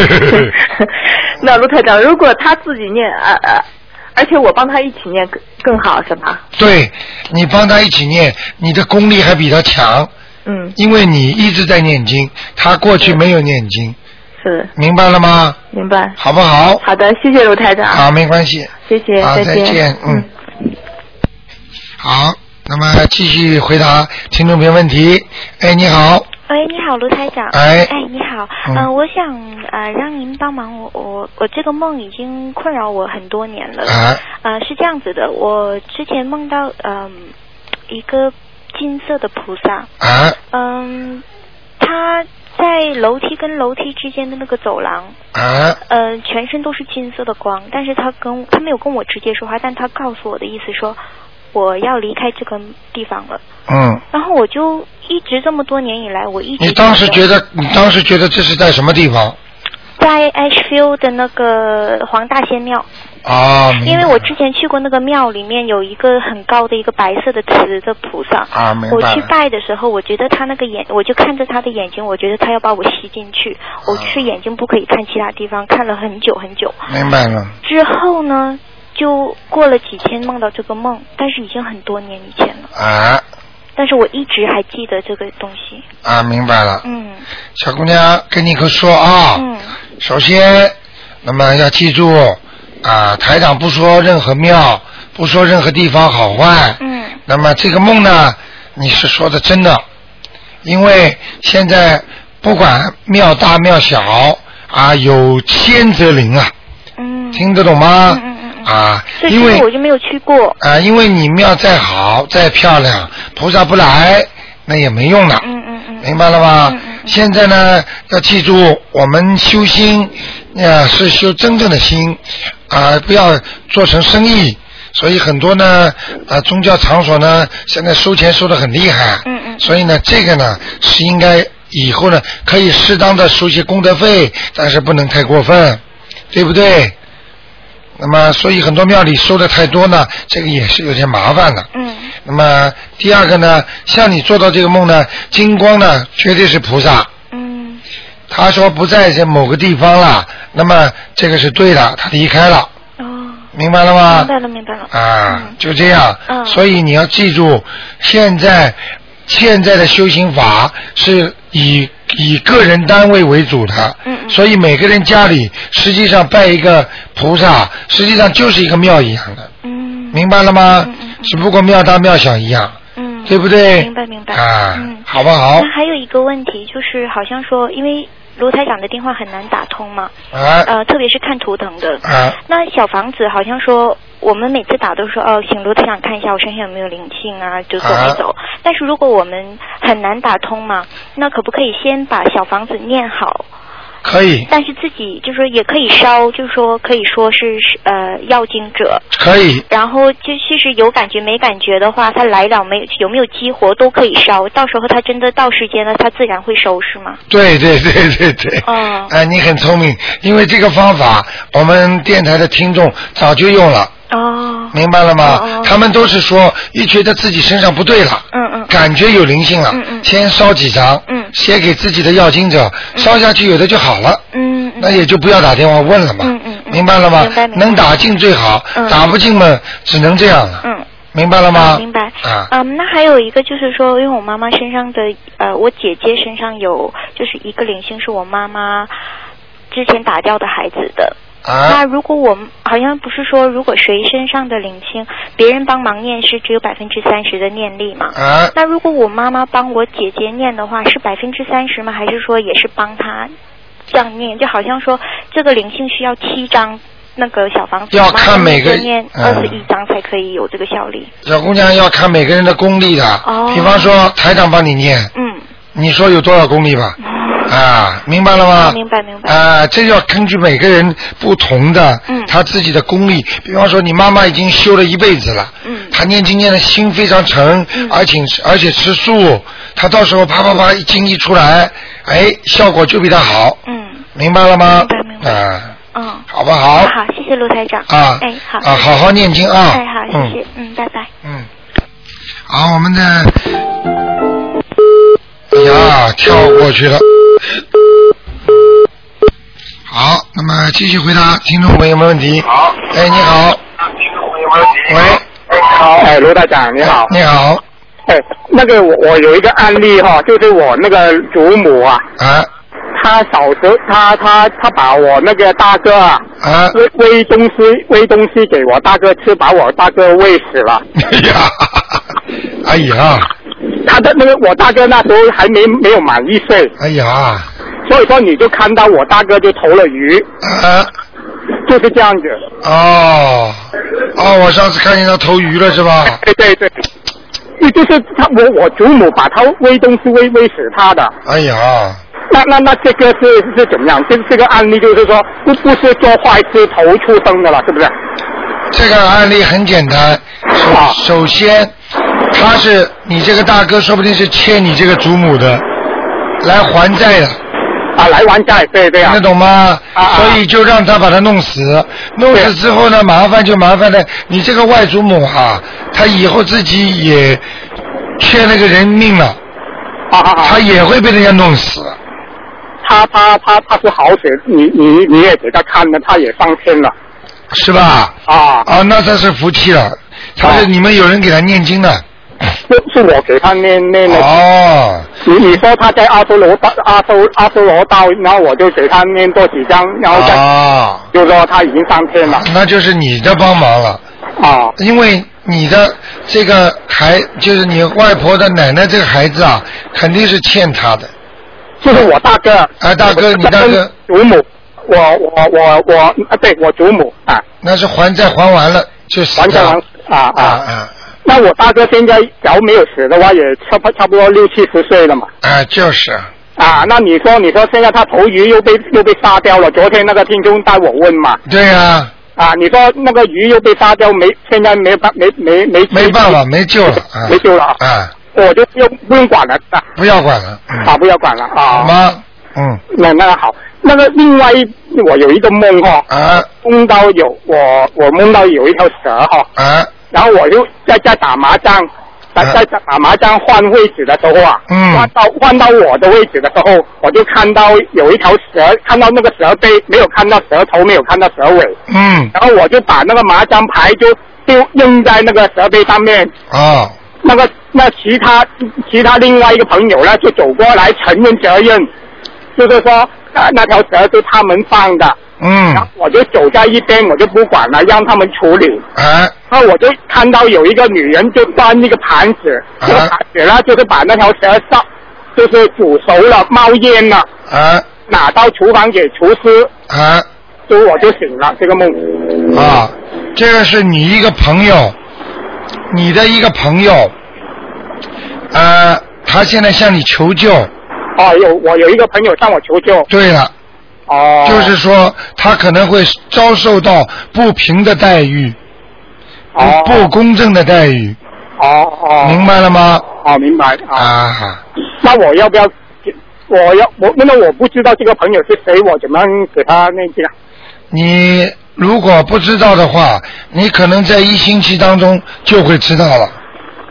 Speaker 9: 那卢台长，如果他自己念，呃呃，而且我帮他一起念更更好是吧？
Speaker 2: 对，你帮他一起念，你的功力还比他强，
Speaker 9: 嗯，
Speaker 2: 因为你一直在念经，他过去没有念经，
Speaker 9: 是，
Speaker 2: 明白了吗？
Speaker 9: 明白。
Speaker 2: 好不好？
Speaker 9: 好的，谢谢卢台长。
Speaker 2: 好，没关系。
Speaker 9: 谢谢，
Speaker 2: 好，再
Speaker 9: 见。
Speaker 2: 见，嗯。好，那么继续回答听众朋友问题。哎，你好，
Speaker 10: 喂，你好，卢台长。
Speaker 2: 哎
Speaker 10: 你好，
Speaker 2: 嗯
Speaker 10: 呃，我想呃让您帮忙我，我我这个梦已经困扰我很多年了。
Speaker 2: 啊
Speaker 10: 呃，是这样子的，我之前梦到嗯、一个金色的菩萨，
Speaker 2: 啊
Speaker 10: 嗯、他在楼梯跟楼梯之间的那个走廊，
Speaker 2: 啊
Speaker 10: 呃，全身都是金色的光，但是他跟他没有跟我直接说话，但他告诉我的意思说我要离开这个地方了。
Speaker 2: 嗯，
Speaker 10: 然后我就一直这么多年以来，我一直
Speaker 2: 你当时觉得你当时觉得这是在什么地方？
Speaker 10: 在 Ashfield 的那个黄大仙庙，
Speaker 2: 啊，明
Speaker 10: 因为我之前去过那个庙，里面有一个很高的一个白色的瓷的菩萨。
Speaker 2: 啊，明
Speaker 10: 我
Speaker 2: 白
Speaker 10: 去
Speaker 2: 了。
Speaker 10: 拜的时候，我觉得他那个眼，我就看着他的眼睛，我觉得他要把我吸进去，我是眼睛不可以看其他地方，看了很久很久。
Speaker 2: 明白了，
Speaker 10: 之后呢，就过了几天梦到这个梦，但是已经很多年以前了，
Speaker 2: 啊
Speaker 10: 但是我一直还记得这个东西。
Speaker 2: 啊，明白了。
Speaker 10: 嗯
Speaker 2: 小姑娘，跟你可说啊，
Speaker 10: 嗯
Speaker 2: 首先，那么要记住啊，台长不说任何庙，不说任何地方好坏。
Speaker 10: 嗯
Speaker 2: 那么这个梦呢，你是说的真的，因为现在不管庙大庙小啊，有仙则灵啊，
Speaker 10: 嗯
Speaker 2: 听得懂吗？
Speaker 10: 嗯嗯嗯，
Speaker 2: 啊，
Speaker 10: 所以
Speaker 2: 因
Speaker 10: 之
Speaker 2: 为
Speaker 10: 后我就没有去过。
Speaker 2: 啊，因为你庙再好再漂亮，菩萨不来那也没用的。
Speaker 10: 嗯嗯嗯，
Speaker 2: 明白了吧
Speaker 10: 嗯嗯？
Speaker 2: 现在呢，要记住，我们修心，呃，是修真正的心，啊、不要做成生意。所以很多呢，呃，宗教场所呢，现在收钱收的很厉害。
Speaker 10: 嗯嗯
Speaker 2: 所以呢，这个呢是应该以后呢可以适当的收些功德费，但是不能太过分，对不对？那么，所以很多庙里收的太多呢，这个也是有点麻烦的。
Speaker 10: 嗯
Speaker 2: 那么第二个呢，像你做到这个梦呢，金光呢绝对是菩萨。
Speaker 10: 嗯
Speaker 2: 他说不在这某个地方了，那么这个是对的，他离开了，
Speaker 10: 哦，
Speaker 2: 明白了
Speaker 10: 明
Speaker 2: 吗？
Speaker 10: 白了明白了。
Speaker 2: 啊
Speaker 10: 嗯，
Speaker 2: 就这样。
Speaker 10: 嗯
Speaker 2: 所以你要记住，现在现在的修行法是以以个人单位为主的，
Speaker 10: 嗯嗯
Speaker 2: 所以每个人家里实际上拜一个菩萨，实际上就是一个庙一样的，
Speaker 10: 嗯
Speaker 2: 明白了吗？
Speaker 10: 嗯嗯嗯
Speaker 2: 只不过庙大庙小一样。
Speaker 10: 嗯，
Speaker 2: 对不对？
Speaker 10: 明白明白。
Speaker 2: 啊，
Speaker 10: 嗯，
Speaker 2: 好不好
Speaker 10: 那？还有一个问题就是，好像说因为卢台长的电话很难打通嘛，
Speaker 2: 啊
Speaker 10: 呃，特别是看图腾的。
Speaker 2: 啊
Speaker 10: 那小房子好像说，我们每次打都说哦，请卢台长看一下我身上有没有灵性啊，就走
Speaker 2: 啊
Speaker 10: 一走。但是如果我们很难打通嘛，那可不可以先把小房子念好？
Speaker 2: 可以，
Speaker 10: 但是自己就是说也可以烧，就是说可以说是是呃要经者，
Speaker 2: 可以，
Speaker 10: 然后就其实有感觉没感觉的话，它来了没有没有激活都可以烧，到时候它真的到时间了，它自然会收是吗？
Speaker 2: 对对对对对。
Speaker 10: 哦
Speaker 2: 哎，你很聪明，因为这个方法我们电台的听众早就用了，
Speaker 10: 哦，
Speaker 2: 明白了
Speaker 10: 哦
Speaker 2: 吗
Speaker 10: 哦？
Speaker 2: 他们都是说一觉得自己身上不对了。
Speaker 10: 嗯嗯
Speaker 2: 感觉有灵性了
Speaker 10: 嗯，嗯
Speaker 2: 先烧几张，
Speaker 10: 嗯
Speaker 2: 写给自己的要经者，烧下去有的就好了，
Speaker 10: 嗯
Speaker 2: 那也就不要打电话问了嘛
Speaker 10: 嗯嗯，嗯
Speaker 2: 明白了吗
Speaker 10: 明白？明白
Speaker 2: 能打进最好，
Speaker 10: 嗯
Speaker 2: 打不进嘛，只能这样了，
Speaker 10: 嗯。
Speaker 2: 明白了吗？
Speaker 10: 嗯明白。
Speaker 2: 啊，
Speaker 10: 嗯，那还有一个就是说，因为我妈妈身上的，呃，我姐姐身上有，就是一个灵性是我妈妈之前打掉的孩子的。那
Speaker 2: 啊，
Speaker 10: 如果我们好像不是说，如果谁身上的灵性，别人帮忙念是只有百分之三十的念力嘛？
Speaker 2: 啊，
Speaker 10: 那如果我妈妈帮我姐姐念的话，是百分之三十吗？还是说也是帮她这样念？就好像说这个灵性需要七张那个小房子，
Speaker 2: 要
Speaker 10: 我妈妈
Speaker 2: 看每个
Speaker 10: 就念
Speaker 2: 嗯
Speaker 10: 二十一张才可以有这个效力。
Speaker 2: 小姑娘要看每个人的功力的。
Speaker 10: 哦
Speaker 2: 比方说台长帮你念，
Speaker 10: 嗯，
Speaker 2: 你说有多少功力吧？啊，明白了吗？
Speaker 10: 明白明白。
Speaker 2: 啊，这要根据每个人不同的，
Speaker 10: 嗯
Speaker 2: 他自己的功力。比方说，你妈妈已经修了一辈子了，
Speaker 10: 嗯
Speaker 2: 她念经念的心非常诚，
Speaker 10: 嗯
Speaker 2: 而且而且吃素，她到时候啪啪啪一经一出来，哎，效果就比她好，
Speaker 10: 嗯
Speaker 2: 明白了吗
Speaker 10: 明？白明白
Speaker 2: 啊，
Speaker 10: 嗯，
Speaker 2: 好不好？
Speaker 10: 好，谢谢陆台长。
Speaker 2: 啊，
Speaker 10: 哎好，
Speaker 2: 啊，好好念经啊，
Speaker 10: 哎好，谢
Speaker 2: 嗯
Speaker 10: 谢，嗯，拜拜。
Speaker 2: 嗯，好，我们的，哎呀，跳过去了。好，那么继续回答听众朋友们问题。
Speaker 4: 好，
Speaker 2: 哎，你好，
Speaker 4: 有没有问题？
Speaker 2: 喂，
Speaker 11: 哎，好，哎，罗大长你好，
Speaker 2: 你好，
Speaker 11: 哎，那个我我有一个案例哈、就是我那个祖母啊，
Speaker 2: 啊
Speaker 11: 她他小时候他他他把我那个大哥啊，喂喂东西喂东西给我大哥吃，把我大哥喂死了。
Speaker 2: 哎呀，
Speaker 11: 他的那个我大哥那时候还没没有满一岁，
Speaker 2: 哎呀，
Speaker 11: 所以说你就看到我大哥就投了鱼，
Speaker 2: 啊
Speaker 11: 就是这样子。
Speaker 2: 哦，哦，我上次看见他投鱼了是吧？
Speaker 11: 对对对，就就是他我我祖母把他喂东西喂喂死他的。
Speaker 2: 哎呀，
Speaker 11: 那那那这个是是怎么样？这这个案例就是说不不是做坏事投畜生的了，是不是？
Speaker 2: 这个案例很简单。首首先，他是你这个大哥，说不定是欠你这个祖母的，来还债的。
Speaker 11: 啊，来还债，对对啊。啊
Speaker 2: 听得懂吗？所以就让他把他弄死，弄死之后呢，麻烦就麻烦在你这个外祖母啊，他以后自己也欠那个人命了，
Speaker 11: 啊
Speaker 2: 他也会被人家弄死。
Speaker 11: 他他他他是好血，你你你也给他看了，他也上天了。
Speaker 2: 是吧？
Speaker 11: 啊
Speaker 2: 啊，那他是福气了，他是你们有人给他念经的。
Speaker 11: 是是我给他念念的。
Speaker 2: 哦。
Speaker 11: 你你说他在阿修罗道阿修阿修罗道，然后我就给他念多几张，然后再、
Speaker 2: 啊，
Speaker 11: 就说他已经上天了。
Speaker 2: 那就是你的帮忙了。
Speaker 11: 啊，
Speaker 2: 因为你的这个孩，就是你外婆的奶奶这个孩子啊，肯定是欠他的。
Speaker 11: 就是我大哥。
Speaker 2: 哎，大哥，你大哥，
Speaker 11: 祖母，我我我我啊，对我祖母啊，
Speaker 2: 那是还债还完了，就死
Speaker 11: 完全完
Speaker 2: 了。
Speaker 11: 啊啊
Speaker 2: 啊！
Speaker 11: 那我大哥现在假如没有死的话，也差不差不多六七十岁了嘛。
Speaker 2: 哎，就是。
Speaker 11: 啊，那你说，你说现在他头鱼又被又被杀掉了。昨天那个听众带我问嘛，
Speaker 2: 对呀、
Speaker 11: 啊，你说那个鱼又被杀掉，没现在没办没没没
Speaker 2: 没办法，没救了啊！
Speaker 11: 没救了啊，
Speaker 2: 啊，
Speaker 11: 我就又不用管了，啊，
Speaker 2: 不要管了。
Speaker 11: 啊不要管了啊。
Speaker 2: 妈，嗯，
Speaker 11: 那那好，那个另外一我有一个梦哈、
Speaker 2: 啊，
Speaker 11: 梦到有我我梦到有一条蛇哈、
Speaker 2: 啊，
Speaker 11: 然后我就在在打麻将，在在打麻将换位置的时候啊，
Speaker 2: 嗯
Speaker 11: 换到换到我的位置的时候，我就看到有一条蛇，看到那个蛇背，没有看到蛇头，没有看到蛇尾，
Speaker 2: 嗯，
Speaker 11: 然后我就把那个麻将牌就就扔在那个蛇背上面，
Speaker 2: 啊，
Speaker 11: 那个那其他其他另外一个朋友呢，就走过来承认责任，就是说啊、那条蛇是他们放的，
Speaker 2: 嗯，
Speaker 11: 我就走在一边，我就不管了，让他们处理。
Speaker 2: 啊，
Speaker 11: 那我就看到有一个女人就端一个盘子，
Speaker 2: 啊
Speaker 11: 这个盘子呢就是把那条蛇烧，就是煮熟了冒烟了，
Speaker 2: 啊，
Speaker 11: 拿到厨房给厨师，
Speaker 2: 啊，
Speaker 11: 就我就醒了这个梦。
Speaker 2: 啊，这个是你一个朋友，你的一个朋友，呃，他现在向你求救。
Speaker 11: 哦，有我有一个朋友向我求救。
Speaker 2: 对了。
Speaker 11: 哦。
Speaker 2: 就是说，他可能会遭受到不平的待遇，
Speaker 11: 哦
Speaker 2: 不不公正的待遇，
Speaker 11: 哦哦。
Speaker 2: 明白了吗？
Speaker 11: 哦，明白
Speaker 2: 啊。
Speaker 11: 那我要不要？我要我那我不知道这个朋友是谁，我怎么样给他啊那个？
Speaker 2: 你如果不知道的话，你可能在一星期当中就会知道了。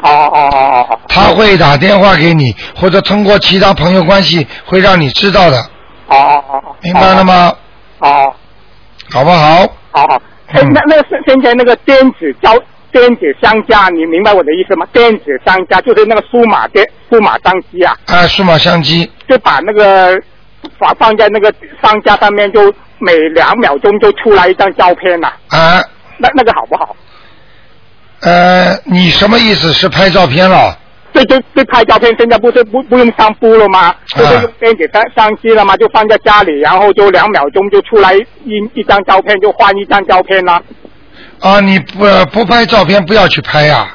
Speaker 11: 哦哦哦哦。
Speaker 2: 他会打电话给你，或者通过其他朋友关系会让你知道的，
Speaker 11: 哦哦哦哦。
Speaker 2: 明白了吗？
Speaker 11: 哦，
Speaker 2: 好不好？嗯
Speaker 11: 好好。哎，那那现现在那个电子交电子商家，你明白我的意思吗？电子商家就是那个数码电数码商机啊，
Speaker 2: 啊，数码相机
Speaker 11: 就把那个放放在那个商家上面，就每两秒钟就出来一张照片呐、
Speaker 2: 啊，
Speaker 11: 那那个好不好？
Speaker 2: 呃，你什么意思？是拍照片了？
Speaker 11: 这就这拍照片，现在不是不不用上布了
Speaker 2: 啊
Speaker 11: 吗？就是用电子相相机了吗？就放在家里，然后就两秒钟就出来一一张照片，就换一张照片啦。
Speaker 2: 啊，你不、不拍照片，不要去拍呀、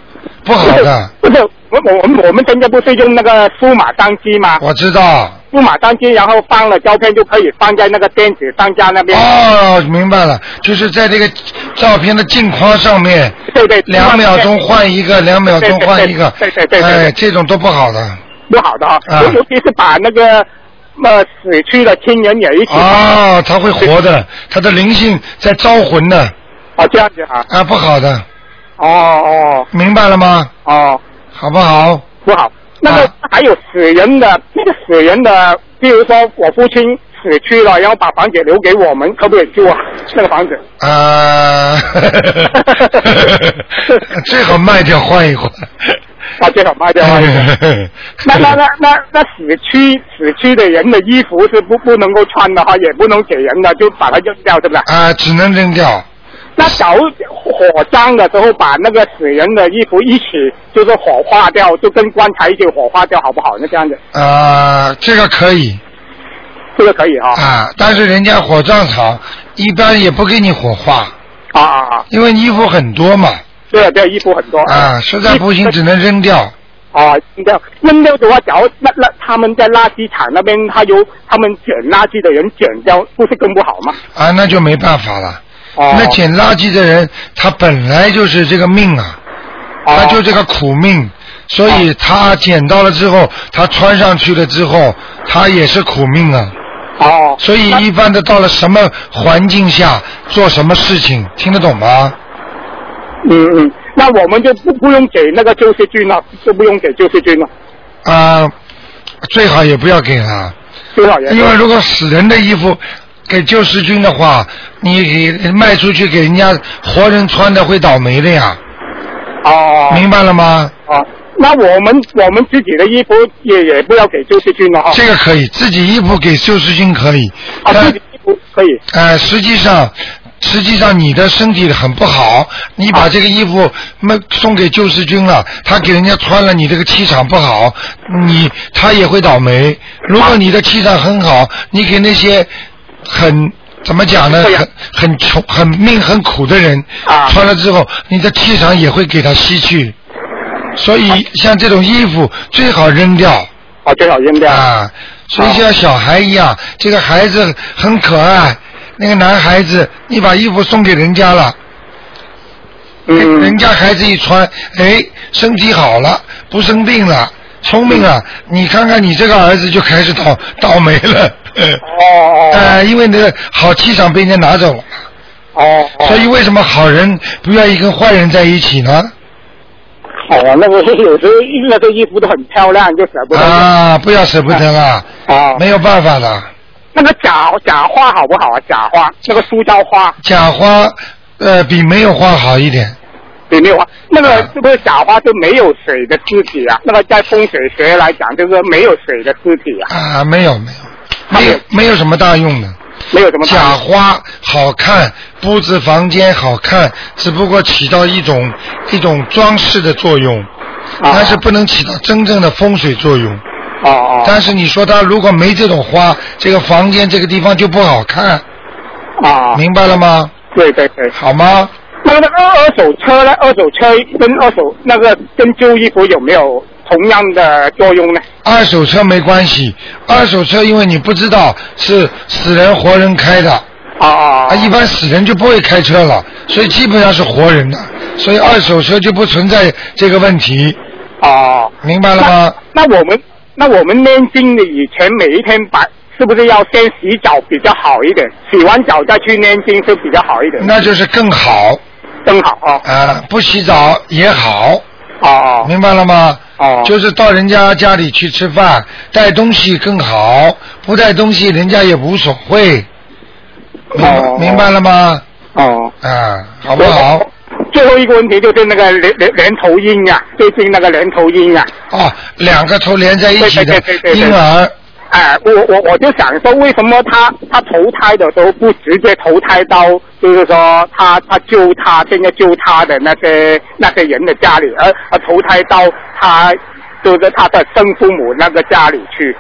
Speaker 2: 不好的。
Speaker 11: 不是，我我我们我们现在不是用那个数码相机吗？
Speaker 2: 我知道。
Speaker 11: 数码相机，然后放了照片就可以放在那个电子商家那边。
Speaker 2: 哦，明白了，就是在这个照片的镜框上面，
Speaker 11: 对对，
Speaker 2: 两秒钟换一个，两秒钟换一个，
Speaker 11: 对对对对对对
Speaker 2: 哎，这种都不好的。
Speaker 11: 不好的啊，
Speaker 2: 啊
Speaker 11: 尤尤其是把那个呃死去的亲人也一起
Speaker 2: 哦，他会活的，他的灵性在招魂呢，
Speaker 11: 哦这样子啊，
Speaker 2: 啊，不好的，
Speaker 11: 哦哦
Speaker 2: 明白了吗？
Speaker 11: 哦，
Speaker 2: 好不好？
Speaker 11: 不好。那个
Speaker 2: 啊
Speaker 11: 还有死人的，那个死人的，比如说我父亲死去了，然后把房子留给我们，可不可以住啊？那 个房子？
Speaker 2: 啊，最好卖掉换一换。
Speaker 11: 大家好，大家好。那那那那那死去死去的人的衣服是不不能够穿的哈，也不能给人的，就把它扔掉，是不是？
Speaker 2: 啊，只能扔掉。
Speaker 11: 那着火葬的时候，把那个死人的衣服一起就是火化掉，就跟棺材一起火化掉，好不好？那这样子，
Speaker 2: 啊，这个可以
Speaker 11: 这个可以哈。
Speaker 2: 啊，但是人家火葬场一般也不给你火化，
Speaker 11: 啊啊啊！
Speaker 2: 因为你衣服很多嘛。
Speaker 11: 对啊，对啊，衣服很多。
Speaker 2: 啊，实在不行只能扔掉。
Speaker 11: 啊，扔掉，扔掉的话，假如那那他们在垃圾场那边，他由他们捡垃圾的人捡掉，不是更不好吗？
Speaker 2: 啊，那就没办法了。
Speaker 11: 哦
Speaker 2: 那捡垃圾的人，他本来就是这个命啊，
Speaker 11: 哦
Speaker 2: 他就这个苦命，所以他捡到了之后，他穿上去了之后，他也是苦命啊。
Speaker 11: 哦。
Speaker 2: 所以一般的到了什么环境下做什么事情，听得懂吗？
Speaker 11: 嗯嗯，那我们就不不用给那个救世军了，就不用给救世军了，
Speaker 2: 啊，最好也不要给他。
Speaker 11: 最好也
Speaker 2: 因为如果死人的衣服给救世军的话，你给卖出去给人家活人穿的会倒霉的呀。
Speaker 11: 哦。
Speaker 2: 明白了吗？
Speaker 11: 啊。那我们我们自己的衣服也也不要给救世军了哈。
Speaker 2: 这个可以，自己衣服给救世军可以。啊，自己
Speaker 11: 衣服可以。
Speaker 2: 呃，实际上，实际上你的身体很不好，你
Speaker 11: 啊
Speaker 2: 把这个衣服卖送给救世军了，他给人家穿了，你这个气场不好，你他也会倒霉。如果你的气场很好，你给那些很。怎么讲
Speaker 11: 啊
Speaker 2: 呢？很很穷、很命、很苦的人，穿了之后，你的气场也会给他吸去。所以像这种衣服最好扔掉。
Speaker 11: 啊，最好扔掉。
Speaker 2: 啊，所以像小孩一样，这个孩子很可爱。那个男孩子，你把衣服送给人家了，
Speaker 11: 嗯
Speaker 2: 人家孩子一穿，哎，身体好了，不生病了，聪明了。你看看你这个儿子就开始倒倒霉了。
Speaker 11: 哦
Speaker 2: 呃，因为那个好气场被人家拿走了，
Speaker 11: 哦。
Speaker 2: 所以为什么好人不愿意跟坏人在一起呢？
Speaker 11: 好啊，那个有时候那个衣服都很漂亮，就舍不得。
Speaker 2: 啊，不要舍不得啦，
Speaker 11: 啊，
Speaker 2: 没有办法的。
Speaker 11: 那个假假花好不好啊？假花，那个塑胶花
Speaker 2: 假花，呃，比没有花好一点。
Speaker 11: 里面花，啊那个
Speaker 2: 啊
Speaker 11: 是不是假花就没有水的尸体啊？那个在风水学来讲，就是没有水的尸体啊，
Speaker 2: 啊，没有没有，没有没有什么大用的。
Speaker 11: 没有什么大
Speaker 2: 假花好看，布置房间好看，只不过起到一种一种装饰的作用，
Speaker 11: 啊
Speaker 2: 但是不能起到真正的风水作用。
Speaker 11: 哦哦。
Speaker 2: 但是你说它如果没这种花，这个房间这个地方就不好看。
Speaker 11: 啊。
Speaker 2: 明白了吗？
Speaker 11: 对对对。
Speaker 2: 好吗？
Speaker 11: 那个那个二二手车呢？二手车跟二手那个跟旧衣服有没有同样的作用呢？
Speaker 2: 二手车没关系，二手车因为你不知道是死人活人开的。
Speaker 11: 啊
Speaker 2: 一般死人就不会开车了，所以基本上是活人的，所以二手车就不存在这个问题。
Speaker 11: 哦，
Speaker 2: 明白了吗？
Speaker 11: 那我们那我们念经的以前每一天把是不是要先洗脚比较好一点？洗完脚再去念经是比较好一点。
Speaker 2: 那就是更好。
Speaker 11: 更好啊。
Speaker 2: 啊，不洗澡也好。
Speaker 11: 哦
Speaker 2: 明白了吗？
Speaker 11: 哦
Speaker 2: 就是到人家家里去吃饭，带东西更好，不带东西人家也无所谓。明白、
Speaker 11: 哦
Speaker 2: 明白了吗？
Speaker 11: 哦。
Speaker 2: 啊，好不好？
Speaker 11: 最后一个问题就是那个连连连头鹰啊，最近那个连头鹰啊，
Speaker 2: 哦，两个头连在一起的
Speaker 11: 对对对对对
Speaker 2: 婴儿。
Speaker 11: 哎、我我我就想说，为什么他他投胎的时候不直接投胎到，就是说他他救他现在救他的那些那些人的家里，而而投胎到他就是他的生父母那个家里去？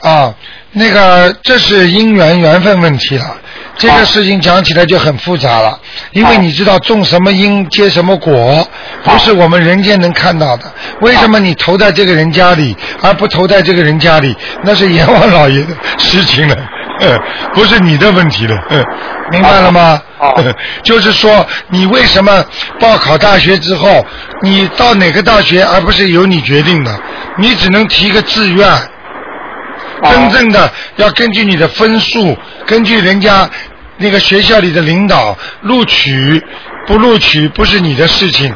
Speaker 2: 啊，那个这是因缘缘分问题了，这个事情讲起来就很复杂了，因为你知道种什么因结什么果，不是我们人间能看到的。为什么你投在这个人家里，而不投在这个人家里？那是阎王老爷的 事情了。呃不是你的问题了，呃明白了吗？呃就是说，你为什么报考大学之后，你到哪个大学，而不是由你决定的，你只能提个志愿。
Speaker 11: 啊
Speaker 2: 真正的要根据你的分数，根据人家那个学校里的领导录取不录取，不是你的事情，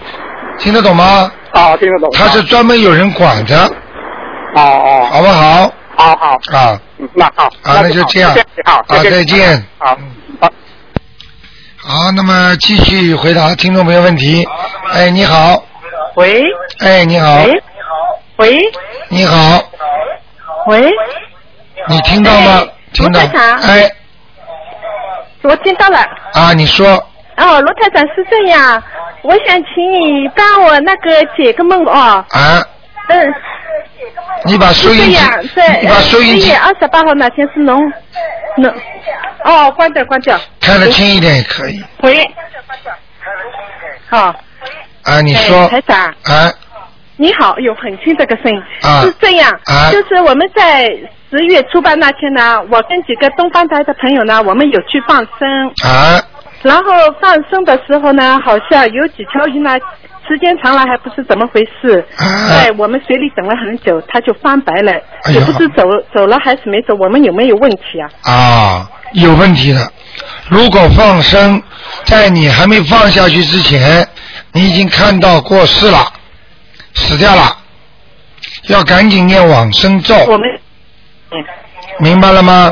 Speaker 2: 听得懂吗？
Speaker 11: 啊，听得懂。
Speaker 2: 他是专门有人管的。
Speaker 11: 哦哦，
Speaker 2: 好不好？
Speaker 11: 好好
Speaker 2: 啊，
Speaker 11: 嗯那好，
Speaker 2: 啊，那
Speaker 11: 就
Speaker 2: 就
Speaker 11: 好
Speaker 2: 这样
Speaker 11: 谢谢你，好，
Speaker 2: 啊，
Speaker 11: 谢谢
Speaker 2: 再
Speaker 11: 你
Speaker 2: 见。
Speaker 11: 好。
Speaker 2: 好，那么继续回答听众朋友问题。哎，你好，
Speaker 9: 喂，
Speaker 2: 哎，你好，
Speaker 9: 喂，喂，
Speaker 2: 你好，
Speaker 9: 喂，
Speaker 2: 你听到吗？听到
Speaker 12: 卢台。长
Speaker 2: 哎
Speaker 12: 我听到了。
Speaker 2: 啊，你说
Speaker 12: 哦，罗台长是这样，我想请你帮我那个解个梦哦。
Speaker 2: 啊，
Speaker 12: 嗯。
Speaker 2: 你把收音
Speaker 12: 是这
Speaker 2: 机
Speaker 12: 样，在
Speaker 2: 你把收音机
Speaker 12: 1月二十八号那天是农农，哦，关掉关掉。
Speaker 2: 开的轻一点也可以。
Speaker 12: 喂。好。
Speaker 2: 啊，你
Speaker 12: 哎
Speaker 2: 说
Speaker 12: 台长。
Speaker 2: 啊
Speaker 12: 你好，有很轻这个声音，
Speaker 2: 啊
Speaker 12: 是这样，
Speaker 2: 啊
Speaker 12: 就是我们在十月初八那天呢，我跟几个东方台的朋友呢，我们有去放生，
Speaker 2: 啊
Speaker 12: 然后放生的时候呢，好像有几条鱼呢，时间长了还不是怎么回事，在我们水里等了很久，它就翻白了，
Speaker 2: 啊哎
Speaker 12: 也
Speaker 2: 呀
Speaker 12: 不知走走了还是没走，我们有没有问题啊？
Speaker 2: 啊，有问题的。如果放生，在你还没放下去之前，你已经看到过世了，死掉了，要赶紧念往生咒。
Speaker 12: 我们
Speaker 2: 明白了吗？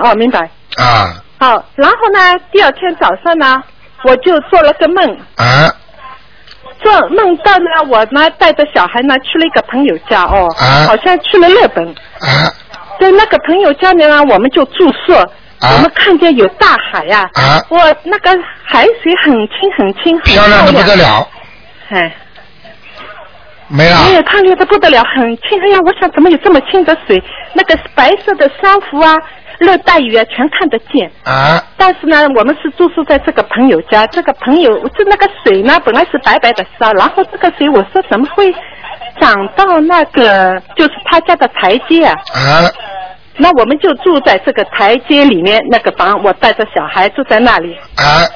Speaker 12: 哦，明白。
Speaker 2: 啊
Speaker 12: 好，然后呢，第二天早上呢，我就做了个梦，
Speaker 2: 啊
Speaker 12: 做梦到呢，我呢带着小孩呢去了一个朋友家哦，
Speaker 2: 啊
Speaker 12: 好像去了日本。
Speaker 2: 啊
Speaker 12: 在那个朋友家里呢，我们就住宿，我们看见有大海呀、
Speaker 2: 啊
Speaker 12: 我那个海水很清很清，很
Speaker 2: 漂亮的不得了，
Speaker 12: 哎，
Speaker 2: 没了。
Speaker 12: 哎呀，漂亮的不得了，很清。哎呀，我想怎么有这么清的水？那个白色的珊瑚啊，热带鱼啊，全看得见。
Speaker 2: 啊
Speaker 12: 但是呢，我们是住宿在这个朋友家，这个朋友就那个水呢，本来是白白的沙，然后这个水我说怎么会长到那个就是他家的台阶啊？
Speaker 2: 啊
Speaker 12: 那我们就住在这个台阶里面那个房，我带着小孩住在那里。
Speaker 2: 啊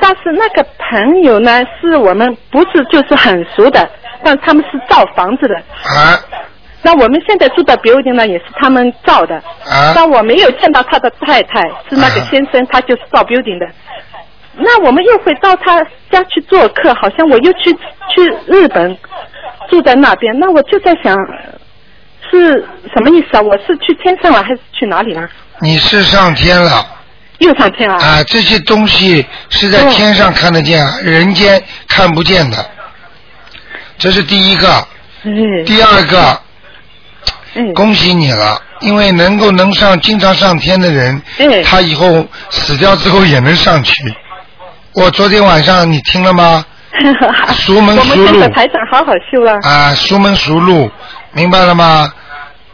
Speaker 12: 但是那个朋友呢，是我们不是就是很熟的，但他们是造房子的。
Speaker 2: 啊
Speaker 12: 那我们现在住的 building 呢，也是他们造的。
Speaker 2: 啊
Speaker 12: 但我没有见到他的太太，是那个
Speaker 2: 啊
Speaker 12: 先生，他就是造 building 的。那我们又回到他家去做客，好像我又去去日本，住在那边。那我就在想，是什么意思啊？我是去天上了，还是去哪里了？
Speaker 2: 你是上天了。
Speaker 12: 又上天了。哦
Speaker 2: 啊，这些东西是在天上看得见，啊人间看不见的。这是第一个。第二个。
Speaker 12: 嗯
Speaker 2: 恭喜你了，因为能够能上经常上天的人，他以后死掉之后也能上去。我昨天晚上你听了 吗？熟门
Speaker 12: 我
Speaker 2: 熟
Speaker 12: 们跟
Speaker 2: 路
Speaker 12: 着台长好好修了。
Speaker 2: 啊，熟门熟路，明白了吗？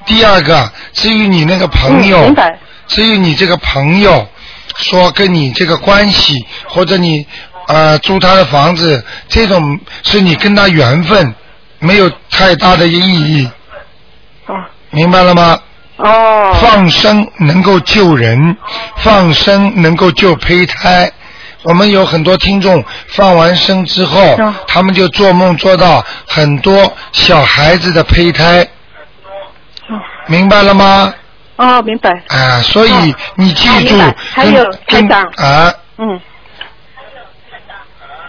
Speaker 2: 第二个，至于你那个朋友，
Speaker 12: 嗯明白
Speaker 2: 至于你这个朋友说跟你这个关系，或者你呃租他的房子，这种是你跟他缘分，没有太大的意义。明白了吗？
Speaker 12: 哦。
Speaker 2: 放生能够救人，放生能够救胚胎。我们有很多听众放完生之后，他们就做梦做到很多小孩子的胚胎，明白了吗？
Speaker 12: 哦，明白。
Speaker 2: 啊，所以你记
Speaker 12: 啊
Speaker 2: 住
Speaker 12: 明白，还有台
Speaker 2: 跟跟
Speaker 12: 长
Speaker 2: 啊，
Speaker 12: 嗯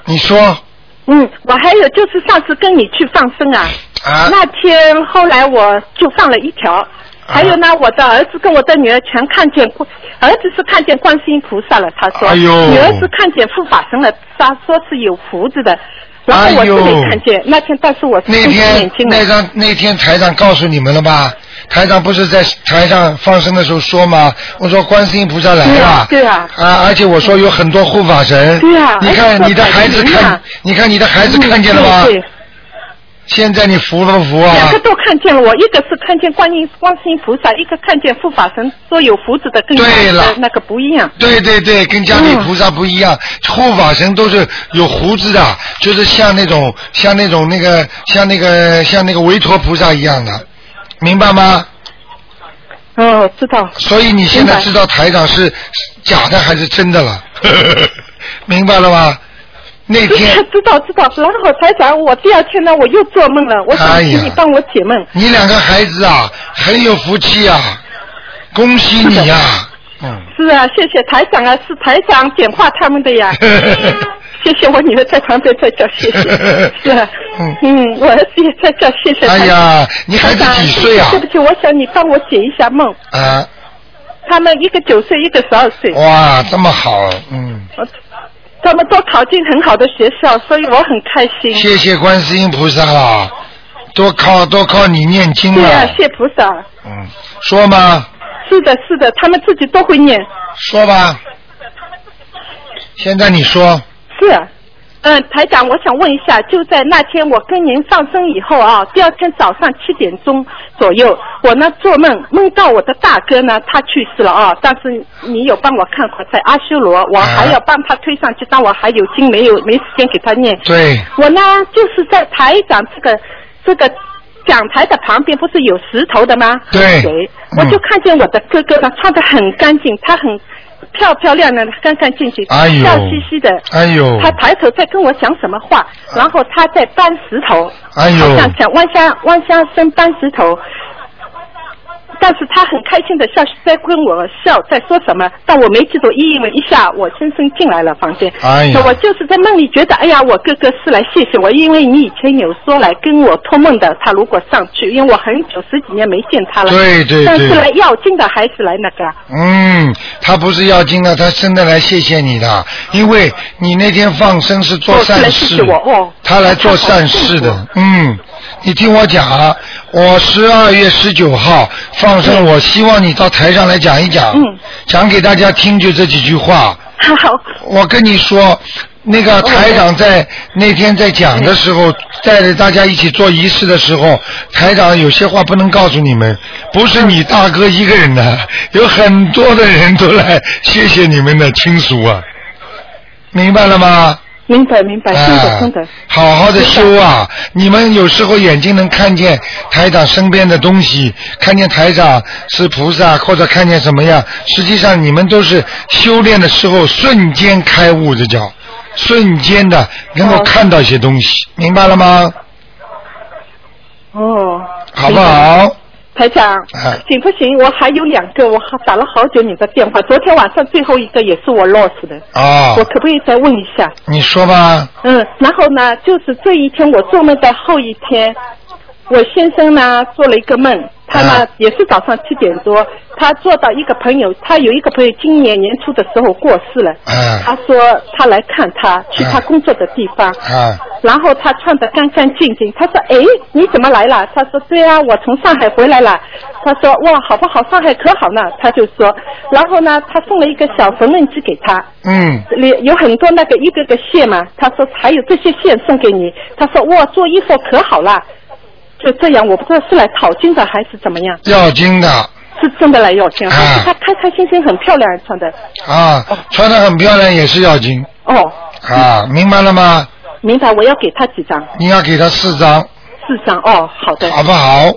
Speaker 2: 你说
Speaker 12: 嗯，我还有就是上次跟你去放生啊，
Speaker 2: 啊
Speaker 12: 那天后来我就放了一条。还有呢，我的儿子跟我的女儿全看见观，儿子是看见观世音菩萨了，他说，
Speaker 2: 哎呦
Speaker 12: 女儿是看见护法神了，他说是有福字的，然后我是没看见，那天但是我是
Speaker 2: 那
Speaker 12: 闭 着
Speaker 2: 天
Speaker 12: 眼睛啊的
Speaker 2: 那张那天台长告诉你们了吧？台长不是在台上放生的时候说吗？我说观世音菩萨来了，
Speaker 12: 对啊
Speaker 2: 啊，而且我说有很多护法神。
Speaker 12: 对啊
Speaker 2: 你
Speaker 12: 而且
Speaker 2: 看
Speaker 12: 说
Speaker 2: 你的孩子
Speaker 12: 彩铃
Speaker 2: 看
Speaker 12: 啊，嗯
Speaker 2: 你看你的孩子看见了吗？
Speaker 12: 对对
Speaker 2: 现在你服不服啊
Speaker 12: 两个？都看见了，我一个是看见观音观世音菩萨，一个看见护法神，说有福字的跟
Speaker 2: 对了
Speaker 12: 呃那个那个不一样。嗯
Speaker 2: 对对对，跟家里菩萨不一样，护法神都是有胡子的，就是像那种像那种那个像那个像那个维陀菩萨一样的，明白吗？
Speaker 12: 哦，知道。
Speaker 2: 所以你现在知道台长是假的还是真的了， 明白了吗？那天
Speaker 12: 知道知道，然后台长，我第二天呢，我又做梦了，我想
Speaker 2: 哎呀
Speaker 12: 请你帮我解梦。
Speaker 2: 你两个孩子啊，很有福气啊，恭喜你呀、
Speaker 12: 是啊，谢谢台长啊，是台长点化他们的 呀。谢谢我女儿在旁边在叫谢谢，是啊，嗯，我儿子也在叫谢谢台长。
Speaker 2: 哎呀你孩子
Speaker 12: 台长
Speaker 2: 几岁啊
Speaker 12: 对不起，我想你帮我解一下梦。
Speaker 2: 啊，哦
Speaker 12: 他们一个九岁，一个十二岁。
Speaker 2: 哇，这么好，嗯，
Speaker 12: 他们都考进很好的学校，所以我很开心。
Speaker 2: 谢谢观世音菩萨啦，多靠多靠你念经
Speaker 12: 对啊
Speaker 2: 了，，
Speaker 12: 谢菩萨。
Speaker 2: 嗯，说吗？
Speaker 12: 是的，是的，他们自己都会念。
Speaker 2: 说吧。现在你说，
Speaker 12: 是，嗯，台长，我想问一下，就在那天我跟您放生以后啊，第二天早上七点钟左右，我呢做梦梦到我的大哥呢他去世了啊，但是你有帮我看过在阿修罗，
Speaker 2: 啊
Speaker 12: 我还要帮他推上去，但我还有经没有没时间给他念。
Speaker 2: 对，
Speaker 12: 我呢就是在台长这个这个讲台的旁边不是有石头的吗？
Speaker 2: 对
Speaker 12: 水
Speaker 2: 嗯
Speaker 12: 我就看见我的哥哥呢穿的很干净，他很漂漂亮亮的，干干净净，
Speaker 2: 哎呦
Speaker 12: 笑嘻嘻的。
Speaker 2: 哎呦啊
Speaker 12: 他抬头在跟我讲什么话，然后他在搬石头，
Speaker 2: 哎呦
Speaker 12: 好像想弯下弯下身搬石头。但是他很开心的笑，在跟我笑，在说什么，但我没记住，因为一下我深深进来了房间。
Speaker 2: 哎呀
Speaker 12: 我就是在梦里觉得，哎呀，我哥哥是来谢谢我，因为你以前有说来跟我托梦的，他如果上去，因为我很久十几年没见他了。
Speaker 2: 对对
Speaker 12: 但是
Speaker 2: 对
Speaker 12: 来要经的还是来那个啊。
Speaker 2: 嗯，他不是要经的，啊他真的来谢谢你的，因为你那天放生是做
Speaker 12: 哦是
Speaker 2: 善
Speaker 12: 来
Speaker 2: 事，
Speaker 12: 谢谢我哦
Speaker 2: 他来做善事的，嗯，你听我讲啊，我十二月十九号放生，我希望你到台上来讲一讲，讲给大家听，就这几句话。
Speaker 12: 好，
Speaker 2: 我跟你说，那个台长在那天在讲的时候，带着大家一起做仪式的时候，台长有些话不能告诉你们，不是你大哥一个人的，有很多的人都来谢谢你们的亲属啊，明白了吗？
Speaker 12: 明白明白，听
Speaker 2: 啊
Speaker 12: 得听得。
Speaker 2: 好好的修啊！你们有时候眼睛能看见台长身边的东西，看见台长是菩萨，或者看见什么样，实际上你们都是修炼的时候瞬间开悟，这叫瞬间的能够看到一些东西，明白了吗？
Speaker 12: 哦。
Speaker 2: 好不好？
Speaker 12: 台长
Speaker 2: 哎，
Speaker 12: 行不行？我还有两个，我打了好久你的电话，昨天晚上最后一个也是我 lost 的，
Speaker 2: 啊
Speaker 12: 我，可不可以再问一下？
Speaker 2: 你说吧，
Speaker 12: 嗯，然后呢，就是这一天我做梦的后一天，我先生呢做了一个梦，他呢、也是早上七点多，他做到一个朋友，他有一个朋友今年年初的时候过世了，
Speaker 2: 嗯
Speaker 12: 他说他来看他，去他工作的地方，
Speaker 2: 啊，
Speaker 12: 然后他穿得干干净净。他说：“哎，你怎么来了？”他说：“对啊，我从上海回来了。”他说：“哇，好不好？上海可好呢。”他就说，然后呢，他送了一个小缝纫机给他，
Speaker 2: 嗯，
Speaker 12: 里有很多那个一个个线嘛。他说还有这些线送给你。他说：“哇，做衣服可好了。”就这样，我不知道是来讨经的还是怎么样，
Speaker 2: 要经的
Speaker 12: 是真的来要经。但是他开开心心，很漂亮穿的。
Speaker 2: 啊，穿得很漂亮也是要经
Speaker 12: 哦，
Speaker 2: 啊，明白了吗？
Speaker 12: 明白，我要给他几张，
Speaker 2: 你要给他四张，
Speaker 12: 四张。哦，好的，
Speaker 2: 好不好？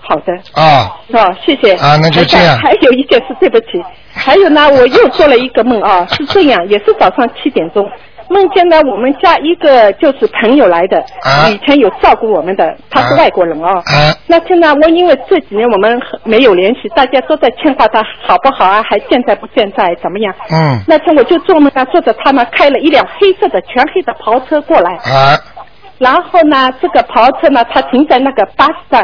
Speaker 12: 好的。
Speaker 2: 啊。
Speaker 12: 哦，谢谢。
Speaker 2: 啊那就
Speaker 12: 台长
Speaker 2: 这样
Speaker 12: 还有一件事，对不起，还有呢，我又做了一个梦啊，是这样，也是早上七点钟，梦见呢我们家一个就是朋友来的，
Speaker 8: 啊
Speaker 12: 以前有照顾我们的，他是
Speaker 8: 啊
Speaker 12: 外国人啊。
Speaker 2: 啊
Speaker 12: 那天呢，我因为这几年我们很没有联系，大家都在牵挂他好不好啊，还健在不健在，怎么样？
Speaker 2: 嗯
Speaker 12: 那天我就做梦呢，做着他呢开了一辆黑色的全黑的跑车过来，
Speaker 2: 啊，
Speaker 12: 然后呢，这个跑车呢，它停在那个巴士站。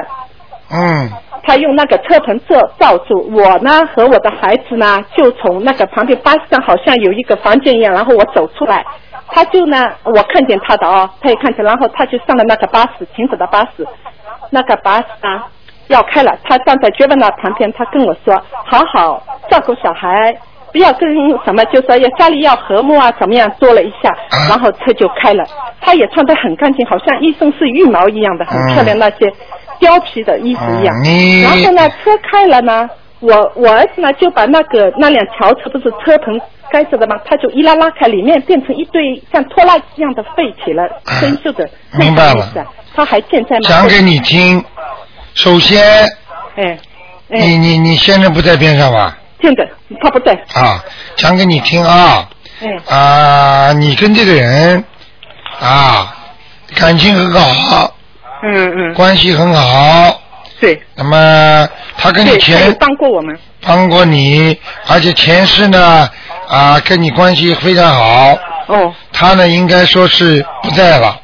Speaker 2: 嗯，
Speaker 12: 他用那个车棚罩罩住我呢和我的孩子呢，就从那个旁边巴士站好像有一个房间一样，然后我走出来，他就呢我看见他的哦，他也看见，然后他就上了那个巴士，停止的巴士，那个巴士呢要开了，他站在觉文娜旁边，他跟我说，好好照顾小孩。不要跟什么，就说要家里要和睦啊，怎么样？说了一下，然后车就开了。他也穿得很干净，好像一身是羽毛一样的，很漂亮，那些貂皮的衣服一样。
Speaker 2: 嗯你
Speaker 12: 然后呢，车开了呢，我我儿子呢就把那个那辆轿车不是车棚盖着的吗？他就一拉拉开，里面变成一堆像拖拉机一样的废铁了，生锈的。
Speaker 2: 嗯明白了
Speaker 12: 那什么意思啊。他还健在吗？
Speaker 2: 讲给你听。首先，
Speaker 12: 哎，哎
Speaker 2: 你你你先生不在边上吧？
Speaker 12: 健的，他不在。
Speaker 2: 啊，讲给你听啊
Speaker 12: 哎，
Speaker 2: 啊，你跟这个人啊感情很好，
Speaker 12: 嗯嗯。
Speaker 2: 关系很好。
Speaker 12: 对。
Speaker 2: 那么他跟你
Speaker 12: 对，他有
Speaker 2: 前
Speaker 12: 帮过我们。
Speaker 2: 帮过你，而且前世呢啊跟你关系非常好。
Speaker 12: 哦。
Speaker 2: 他呢应该说是不在了。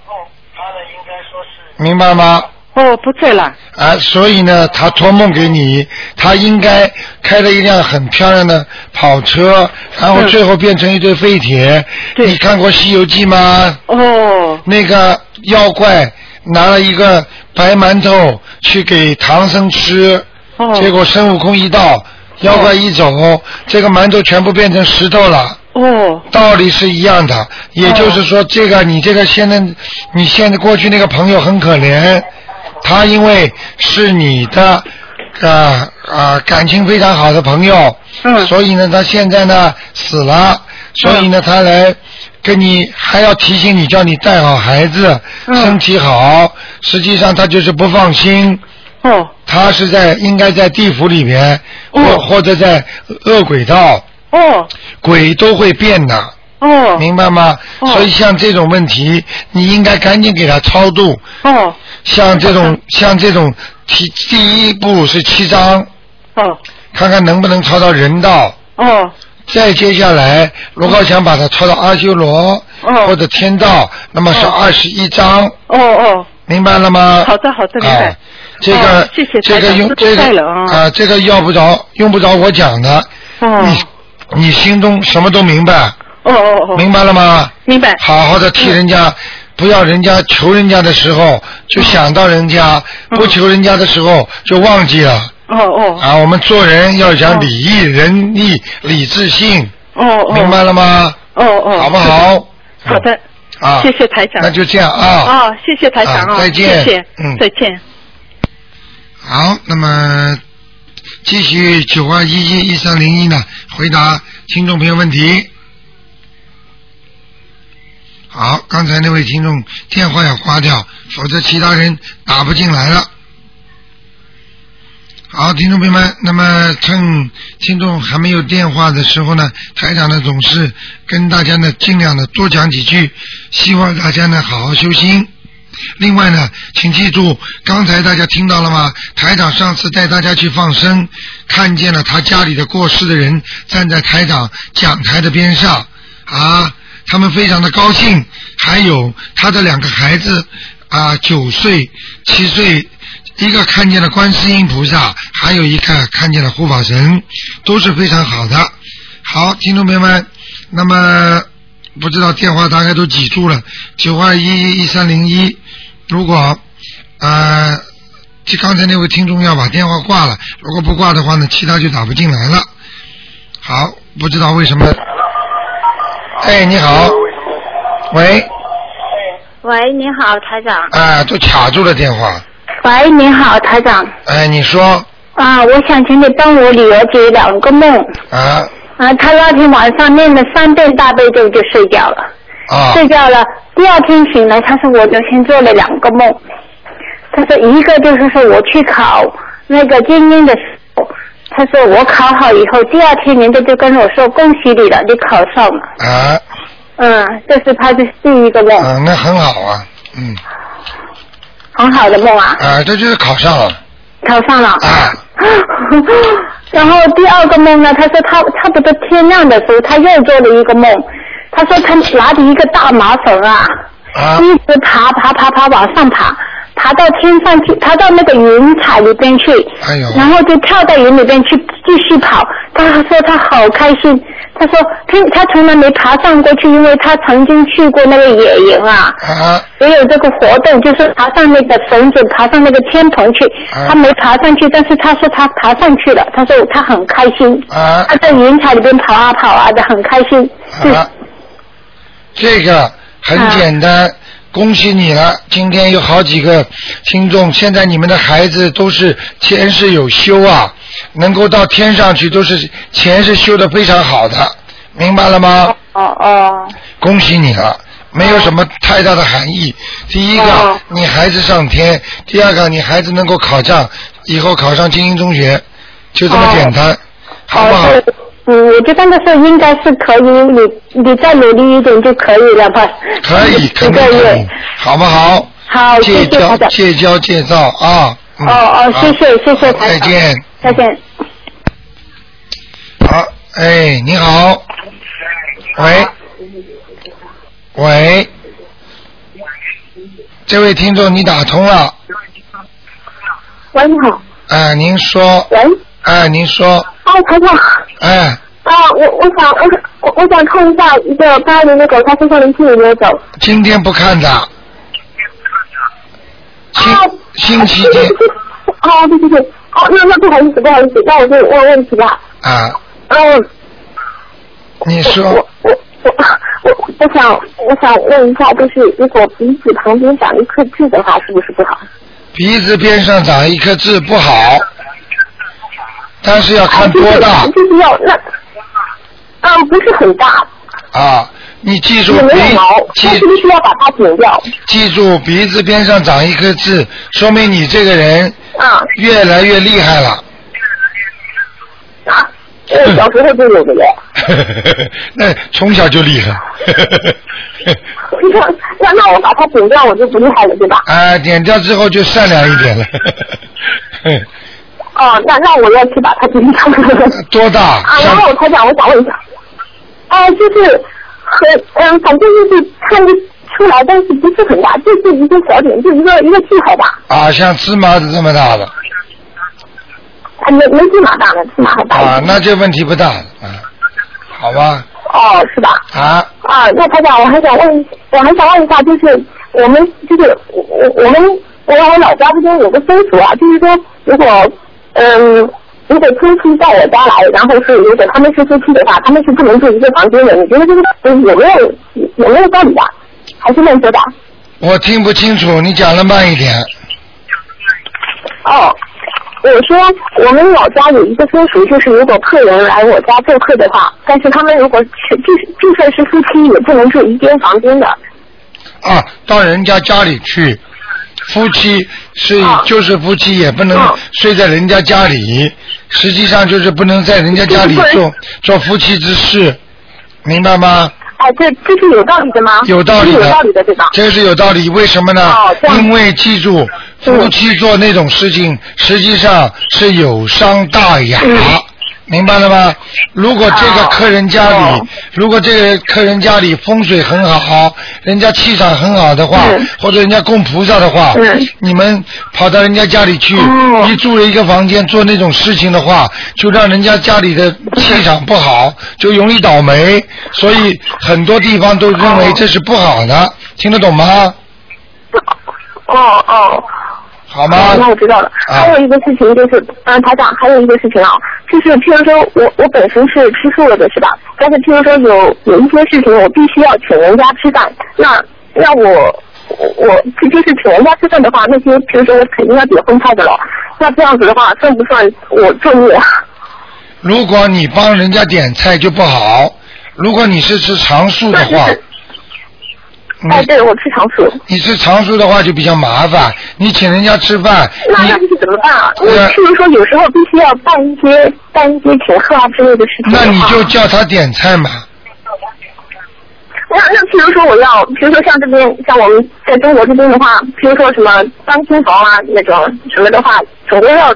Speaker 2: 明白吗？
Speaker 12: 哦，不在了。
Speaker 2: 啊，所以呢，他托梦给你，他应该开了一辆很漂亮的跑车，然
Speaker 12: 嗯
Speaker 2: 后最后变成一堆废铁。你看过《西游记》吗？
Speaker 12: 哦。
Speaker 2: 那个妖怪拿了一个白馒头去给唐僧吃，
Speaker 12: 哦
Speaker 2: 结果孙悟空一到，妖怪一走，这个馒头全部变成石头了。
Speaker 12: 哦。
Speaker 2: 道理是一样的，也就是说，这个你这个现在，你现在过去那个朋友很可怜，他因为是你的啊啊、感情非常好的朋友，嗯，所以呢，他现在呢死了，所以呢，他来跟你还要提醒你，叫你带好孩子，身体好，实际上他就是不放心。
Speaker 12: 哦，
Speaker 2: 他是在应该在地府里面，或、或者在恶鬼道。
Speaker 12: 哦，
Speaker 2: 鬼都会变的。
Speaker 12: 哦，
Speaker 2: 明白吗？所以像这种问题，你应该赶紧给他超度。
Speaker 12: 哦，
Speaker 2: 像这种像这种提第一步是七张。
Speaker 12: 哦，
Speaker 2: 看看能不能超到人道。
Speaker 12: 哦。
Speaker 2: 再接下来，如果想把它超到阿修罗、或者天道，那么是二十一章。
Speaker 12: 哦哦。
Speaker 2: 明白了吗？
Speaker 12: 好的好的，明白
Speaker 2: 啊。这个、
Speaker 12: 哦谢谢
Speaker 2: 这
Speaker 12: 台
Speaker 2: 个
Speaker 12: 长
Speaker 2: 用这
Speaker 12: 知道
Speaker 2: 个
Speaker 12: 了啊
Speaker 2: 啊，这个要不着用不着我讲的。
Speaker 12: 哦
Speaker 2: 你你心中什么都明白。
Speaker 12: 哦哦哦。
Speaker 2: 明白了吗？
Speaker 12: 明白。嗯
Speaker 2: 好好的替人家，不要人家求人家的时候就想到人家，
Speaker 12: 嗯
Speaker 2: 不求人家的时候就忘记了。
Speaker 12: 哦哦。
Speaker 2: 啊，我们做人要讲礼义、仁义、礼智信。
Speaker 12: 哦嗯哦。
Speaker 2: 明白了吗？
Speaker 12: 哦哦。
Speaker 2: 好不好？
Speaker 12: 好的。
Speaker 2: 啊
Speaker 12: 谢谢台长。
Speaker 2: 那就这样啊
Speaker 12: 哦，谢谢台长
Speaker 2: 啊
Speaker 12: 啊，
Speaker 2: 再见
Speaker 12: 谢谢
Speaker 2: 嗯，
Speaker 12: 再见。
Speaker 2: 好，那么继续九二一一一三零一呢，回答听众朋友问题。好，刚才那位听众电话要挂掉，否则其他人打不进来了。好，听众朋友们，那么趁听众还没有电话的时候呢，台长呢总是跟大家呢尽量的多讲几句，希望大家呢好好修心。另外呢，请记住，刚才大家听到了吗？台长上次带大家去放生，看见了他家里的过世的人站在台长讲台的边上啊，他们非常的高兴。还有他的两个孩子啊，九岁、七岁，一个看见了观世音菩萨，还有一个看见了护法神，都是非常好的。好，听众朋友们，那么不知道电话大概都记住了，九二一一三零一。如果呃，就刚才那位听众要把电话挂了，如果不挂的话呢，其他就打不进来了。好，不知道为什么。哎，你好，喂，
Speaker 13: 喂，你好，台长。
Speaker 2: 啊，都卡住了电话。
Speaker 13: 喂，你好，台长。
Speaker 2: 哎，你说
Speaker 13: 啊，我想请你帮我女儿解两个梦。
Speaker 2: 啊
Speaker 13: 啊，她那天晚上念了三遍大悲咒就睡觉了，
Speaker 2: 啊
Speaker 13: 睡觉了。第二天醒来，她说我昨天做了两个梦。她说一个就是说我去考那个精英的时候，她说我考好以后，第二天人家就跟我说恭喜你了，你考上了。
Speaker 2: 啊，
Speaker 13: 嗯，这是她的第一个梦，
Speaker 2: 嗯，那很好啊，嗯，
Speaker 13: 很好的梦啊，
Speaker 2: 啊，这就是考上了，
Speaker 13: 考上了。 然后第二个梦呢，他说他差不多天亮的时候，他又做了一个梦。他说他拿着一个大麻绳啊，一直爬爬爬爬往上爬，爬到天上去，爬到那个云彩里边去，
Speaker 2: 哎呦，
Speaker 13: 然后就跳到云里边去继续跑。他说他好开心，他说他他从来没爬上过去，因为他曾经去过那个野营啊，
Speaker 2: 啊
Speaker 13: 也有这个活动，就是爬上那个绳子，爬上那个天棚去。
Speaker 2: 啊
Speaker 13: 他没爬上去，但是他说他爬上去了，他说他很开心。
Speaker 2: 啊
Speaker 13: 他在云彩里边跑啊跑啊的，很开心。
Speaker 2: 啊，这个很
Speaker 13: 啊
Speaker 2: 简单，恭喜你了！今天有好几个听众，现在你们的孩子都是前世有修啊，能够到天上去，都是前世修的非常好的，明白了吗？
Speaker 13: 哦哦。
Speaker 2: 恭喜你了。没有什么太大的含义。第一个，
Speaker 13: 哦
Speaker 2: 你孩子上天；第二个，你孩子能够考上，以后考上精英中学，就这么简单，好不好？
Speaker 13: 哦嗯，我就跟他说应该是可以，你你再努力一点就可以了吧？
Speaker 2: 可以，
Speaker 13: 一
Speaker 2: 肯定
Speaker 13: 个
Speaker 2: 可以
Speaker 13: 月。，
Speaker 2: 好不好？
Speaker 13: 好谢
Speaker 2: 戒
Speaker 13: 谢
Speaker 2: 骄
Speaker 13: 台长
Speaker 2: 戒骄戒躁啊！嗯
Speaker 13: 哦哦，
Speaker 2: 好
Speaker 13: 谢谢谢谢台
Speaker 2: 再
Speaker 13: 长。
Speaker 2: 见。
Speaker 13: 再见。
Speaker 2: 好，哎，你好，喂，喂，这位听众你打通了，
Speaker 8: 喂，你好。
Speaker 2: 啊，您说。喂。啊，您说。
Speaker 13: 哦
Speaker 8: 啊，台长。
Speaker 2: 哎，
Speaker 8: 啊，我我想我我我想看一下一个八零的狗，它身上灵性有没有走？
Speaker 2: 今天不看的，
Speaker 8: 啊，
Speaker 2: 星期天。
Speaker 8: 啊，对对对， 哦，那那不好意思，不好意思，那我就问问题吧。
Speaker 2: 啊，
Speaker 8: 嗯，
Speaker 2: 你说。
Speaker 8: 我我想我想问一下，就是如果鼻子旁边长一颗痣的话，是不是不好？
Speaker 2: 鼻子边上长一颗痣不好，但是要看多大
Speaker 8: 啊就是就是要那，啊，不是很大，
Speaker 2: 啊。你记住
Speaker 8: 也
Speaker 2: 鼻
Speaker 8: 没有毛，
Speaker 2: 记
Speaker 8: 那是不是要把它剪掉？
Speaker 2: 记住鼻子边上长一颗痣，说明你这个人
Speaker 8: 啊
Speaker 2: 越来越厉害了。
Speaker 8: 啊我小时候就有的耶。
Speaker 2: 那从小就厉害。
Speaker 8: 那那那 我把它剪掉，我就不厉害了，对吧？
Speaker 2: 啊，点掉之后就善良一点了。
Speaker 8: 哦，那那我要去把它剪掉。
Speaker 2: 多大？
Speaker 8: 啊，然后我台长，我想问一下，啊，就是很嗯，反正就是看不出来，但是不是很大，就是一个小点，就一个一个气泡吧，
Speaker 2: 啊，像芝麻子这么大的
Speaker 8: 啊，没没芝麻大呢，芝麻还大一点。
Speaker 2: 啊，那这问题不大啊，好吧？
Speaker 8: 哦，是吧？
Speaker 2: 啊，
Speaker 8: 啊，那台长，我还想问，我还想问一下，就是我们就是我我我们我我老家这边有个风俗啊，就是说如果嗯如果亲戚到我家来，然后是如果他们是夫妻的话，他们是不能住一个房间的。你觉得这个嗯有没有有没有道理啊？还是乱说的？
Speaker 2: 我听不清楚，你讲的慢一点。
Speaker 8: 哦，我说我们老家有一个风俗，就是如果客人来我家做客的话，但是他们如果是就就算是夫妻，也不能住一间房间的。
Speaker 2: 啊，到人家家里去，夫妻是、
Speaker 8: 哦
Speaker 2: 就是夫妻，也不能睡在人家家里，实际上就是不能在人家家里
Speaker 8: 就是不
Speaker 2: 做做夫妻之事，明白吗？
Speaker 8: 哎，这这是有道理的吗？
Speaker 2: 有道理
Speaker 8: 这
Speaker 2: 的，
Speaker 8: 是有道理的，对吧？
Speaker 2: 这是有道理，为什么呢？
Speaker 8: 哦
Speaker 2: 因为记住，
Speaker 8: 嗯
Speaker 2: 夫妻做那种事情，实际上是有伤大雅。明白了吗？如果这个客人家里，如果这个客人家里风水很好，人家气场很好的话，或者人家供菩萨的话，
Speaker 8: 嗯
Speaker 2: 你们跑到人家家里去，一住了一个房间做那种事情的话，就让人家家里的气场不好，就容易倒霉。所以很多地方都认为这是不好的，听得懂吗？
Speaker 8: 哦哦。
Speaker 2: 好吗啊
Speaker 8: 那我知道了。还有一个事情就是，嗯，台长，还有一个事情啊，就是譬如说我我本身是吃素的，是吧？但是譬如说有有一些事情我必须要请人家吃饭，那那我我我就是请人家吃饭的话，那些譬如说我肯定要点荤菜的了。那这样子的话，算不算我作孽啊？
Speaker 2: 如果你帮人家点菜就不好，如果你是吃常素的话，哎，
Speaker 8: 对我吃常素。
Speaker 2: 你吃常素的话就比较麻烦，你请人家吃饭，呃
Speaker 8: 那那是怎么办啊？那譬如说有时候必须要办一些办一些请客啊之类的事情的
Speaker 2: 那
Speaker 8: 话
Speaker 2: 你就叫他点菜嘛。
Speaker 8: 那那譬如说我要，比如说像这边像我们在中国这边的话，比如说什么单亲房啊那种什么的话，总归要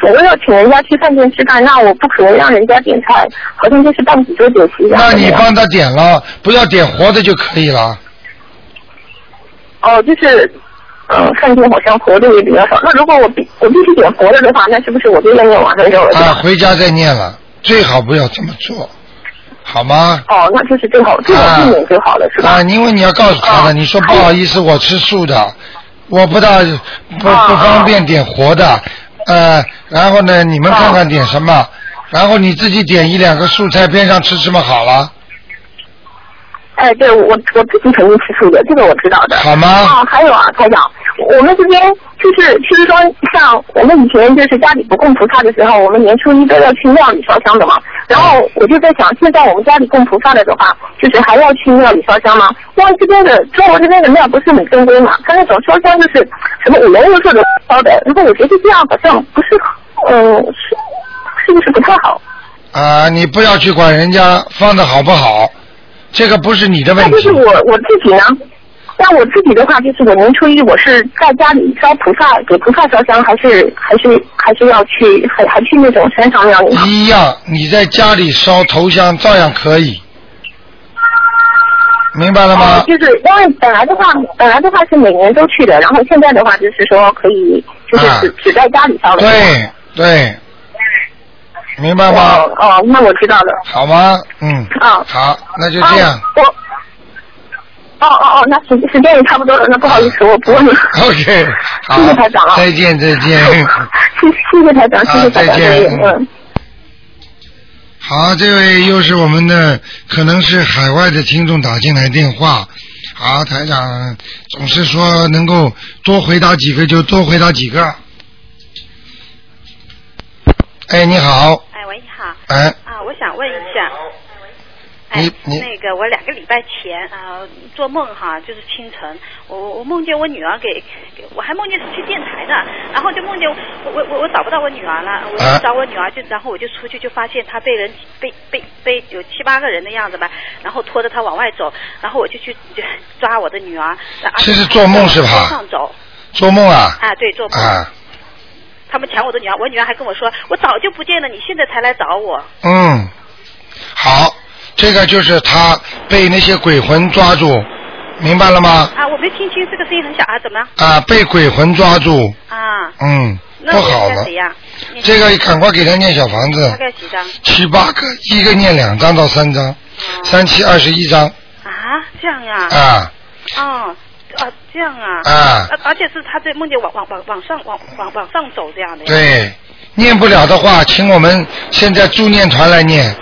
Speaker 8: 总归要请人家去饭店吃饭，那我不可能让人家点菜，好像就是办几桌酒席一样。
Speaker 2: 那你帮他点了，不要点活的就可以了。
Speaker 8: 哦，就是嗯，饭店好像活的也比较少。那如果我必我必须点活的的话，那是不是我就要念往生咒了？
Speaker 2: 啊，回家再念了，最好不要这么做，好吗？
Speaker 8: 哦，那就是最好最好避免就好了，是吧？哦
Speaker 2: 啊，因为你要告诉他的，你说不好意思，我吃素的，我不大不
Speaker 8: 哦
Speaker 2: 不方便点活的，呃，然后呢，你们看看点什
Speaker 8: 哦
Speaker 2: 么，然后你自己点一两个素菜边上吃吃嘛，好了。
Speaker 8: 哎，对，我我自己肯定吃素的，这个我知道的。
Speaker 2: 好吗
Speaker 8: 啊，还有啊，台长，我们这边就是，就是说，像我们以前就是家里不供菩萨的时候，我们年初一都要去庙里烧香的嘛。然后我就在想，现在我们家里供菩萨了的话，就是还要去庙里烧香吗？因为这边的中国这边的庙不是很正规嘛，它那种烧香就是什么五龙六兽的烧的，然后我觉得这样好像不是，嗯，是是不是不太好？
Speaker 2: 啊，你不要去管人家放的好不好，这个不是你的问
Speaker 8: 那就
Speaker 2: 题
Speaker 8: 是。我我自己呢，那我自己的话，就是我年初一我是在家里烧菩萨，给菩萨烧香，还是还是还是要去，还还去那种山上庙里吗？
Speaker 2: 一样，你在家里烧头香照样可以，明白了
Speaker 7: 呃
Speaker 8: 哦
Speaker 2: 吗？
Speaker 8: 就是因为本来的话，本来的话是每年都去的，然后现在的话就是说可以，
Speaker 7: 就是
Speaker 2: 啊
Speaker 7: 只只在家里烧了。
Speaker 2: 对对，明白吗？
Speaker 7: 哦哦，那我知道了。
Speaker 2: 好吗？嗯，
Speaker 7: 啊，
Speaker 2: 好，那就这样
Speaker 7: 啊。我，哦哦哦，那时时间也差不多了，那不好意思，我不问了。
Speaker 2: OK，好，
Speaker 7: 谢谢台长啊
Speaker 2: 再见再见。
Speaker 7: 谢 谢谢台长，谢谢台长，
Speaker 2: 啊再见
Speaker 7: 嗯。
Speaker 2: 好，这位又是我们的，可能是海外的听众打进来电话。好，台长总是说能够多回答几个就多回答几个。哎，你好，
Speaker 14: 哎，喂，你好。
Speaker 2: 哎
Speaker 14: 啊，我想问一下，
Speaker 2: 你你
Speaker 14: 那个我两个礼拜前啊、做梦哈，就是清晨，我我我梦见我女儿给，给我还梦见是去电台呢，然后就梦见我我我我找不到我女儿了，我
Speaker 15: 啊
Speaker 14: 就找我女儿就，然后我就出去就发现她被人被被被有七八个人的样子吧，然后拖着她往外走，然后我就去就抓我的女儿，然后
Speaker 2: 这是做梦是吧
Speaker 14: 往上走
Speaker 2: 做梦啊？
Speaker 14: 啊，对，做梦。
Speaker 2: 啊，
Speaker 14: 他们抢我的女儿，我女儿还跟我说，我早就不见了，你现在才来找我。
Speaker 2: 嗯，好，这个就是他被那些鬼魂抓住，明白了吗？
Speaker 14: 啊，我没听清，这个声音很小啊，怎么了？
Speaker 2: 啊，被鬼魂抓住，
Speaker 14: 啊，
Speaker 2: 嗯，
Speaker 14: 那
Speaker 2: 不好
Speaker 14: 我该
Speaker 2: 了
Speaker 14: 怎。样？
Speaker 2: 这个赶快给他念小房
Speaker 14: 大
Speaker 2: 子，
Speaker 14: 概几张？
Speaker 2: 七八个，一个念两张到三张，三七二十一张
Speaker 14: 啊，这样哦啊。。
Speaker 2: 啊。
Speaker 14: 哦，啊，这样啊。
Speaker 2: 啊
Speaker 14: 而而且是他在梦见往往往往上往往往上走这样的。。
Speaker 2: 对，念不了的话，请我们现在助念团来念。
Speaker 14: 哦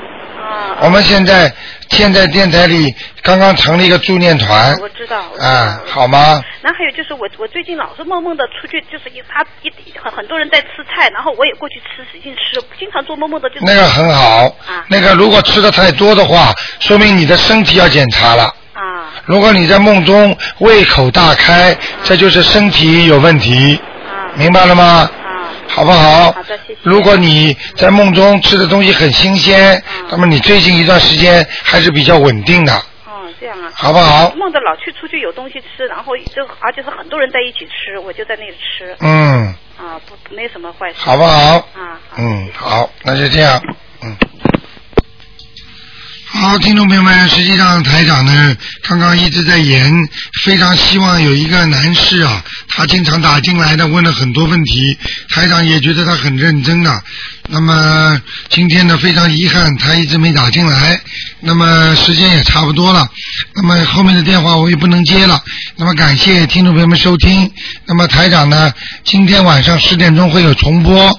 Speaker 2: 我们现在现在电台里刚刚成立一个助念团
Speaker 14: 啊我知道。我知道
Speaker 2: 啊，好吗？
Speaker 14: 然后还有就是我我最近老是梦梦的出去，就是一他一很很多人在吃菜，然后我也过去吃，使劲吃，经常做梦梦的就是。
Speaker 2: 那个很好，那个如果吃的太多的话，说明你的身体要检查了。啊。如果你在梦中胃口大开，这就是身体有问题。明白了吗？好不好？啊好的，谢谢。如果你在梦中吃的东西很新鲜，那么你最近一段时间还是比较稳定的。
Speaker 14: 嗯，这样啊。
Speaker 2: 好不好
Speaker 14: 梦着老去出去有东西吃，然后就而且是很多人在一起吃，我就在那里吃。
Speaker 2: 嗯。
Speaker 14: 啊，不，没什么坏事。
Speaker 2: 好不好
Speaker 14: 啊，
Speaker 2: 嗯，好，那就这样，嗯。好，听众朋友们，实际上台长呢，刚刚一直在演，非常希望有一个男士啊，他经常打进来的，问了很多问题，台长也觉得他很认真的。那么今天呢，非常遗憾，他一直没打进来。那么时间也差不多了，那么后面的电话我也不能接了。那么感谢听众朋友们收听。那么台长呢，今天晚上十点钟会有重播。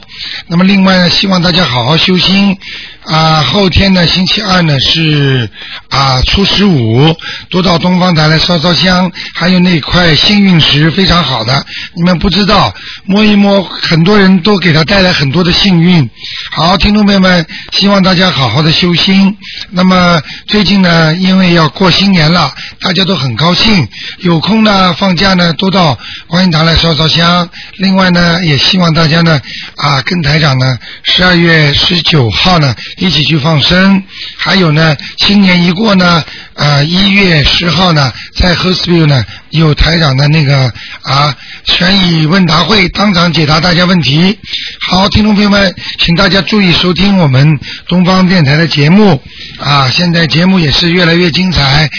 Speaker 2: 那么另外呢，希望大家好好修心。啊，后天呢，星期二呢是啊初十五，多到东方台来烧烧香，还有那块幸运石非常好的，你们不知道，摸一摸，很多人都给他带来很多的幸运。好，听众朋友们，希望大家好好的修心。那么最近呢，因为要过新年了，大家都很高兴，有空呢放假呢都到观音堂来烧烧香。另外呢，也希望大家呢啊跟台长呢十二月十九号呢一起去放生。还有呢，新年一过呢，啊一月十号呢在 h e r s v i l l e 呢有台长的那个啊悬疑问答会，当场解答大家问题。好，听众朋友们，请大家注意收听我们东方电台的节目啊，现在节目也是越来越精彩。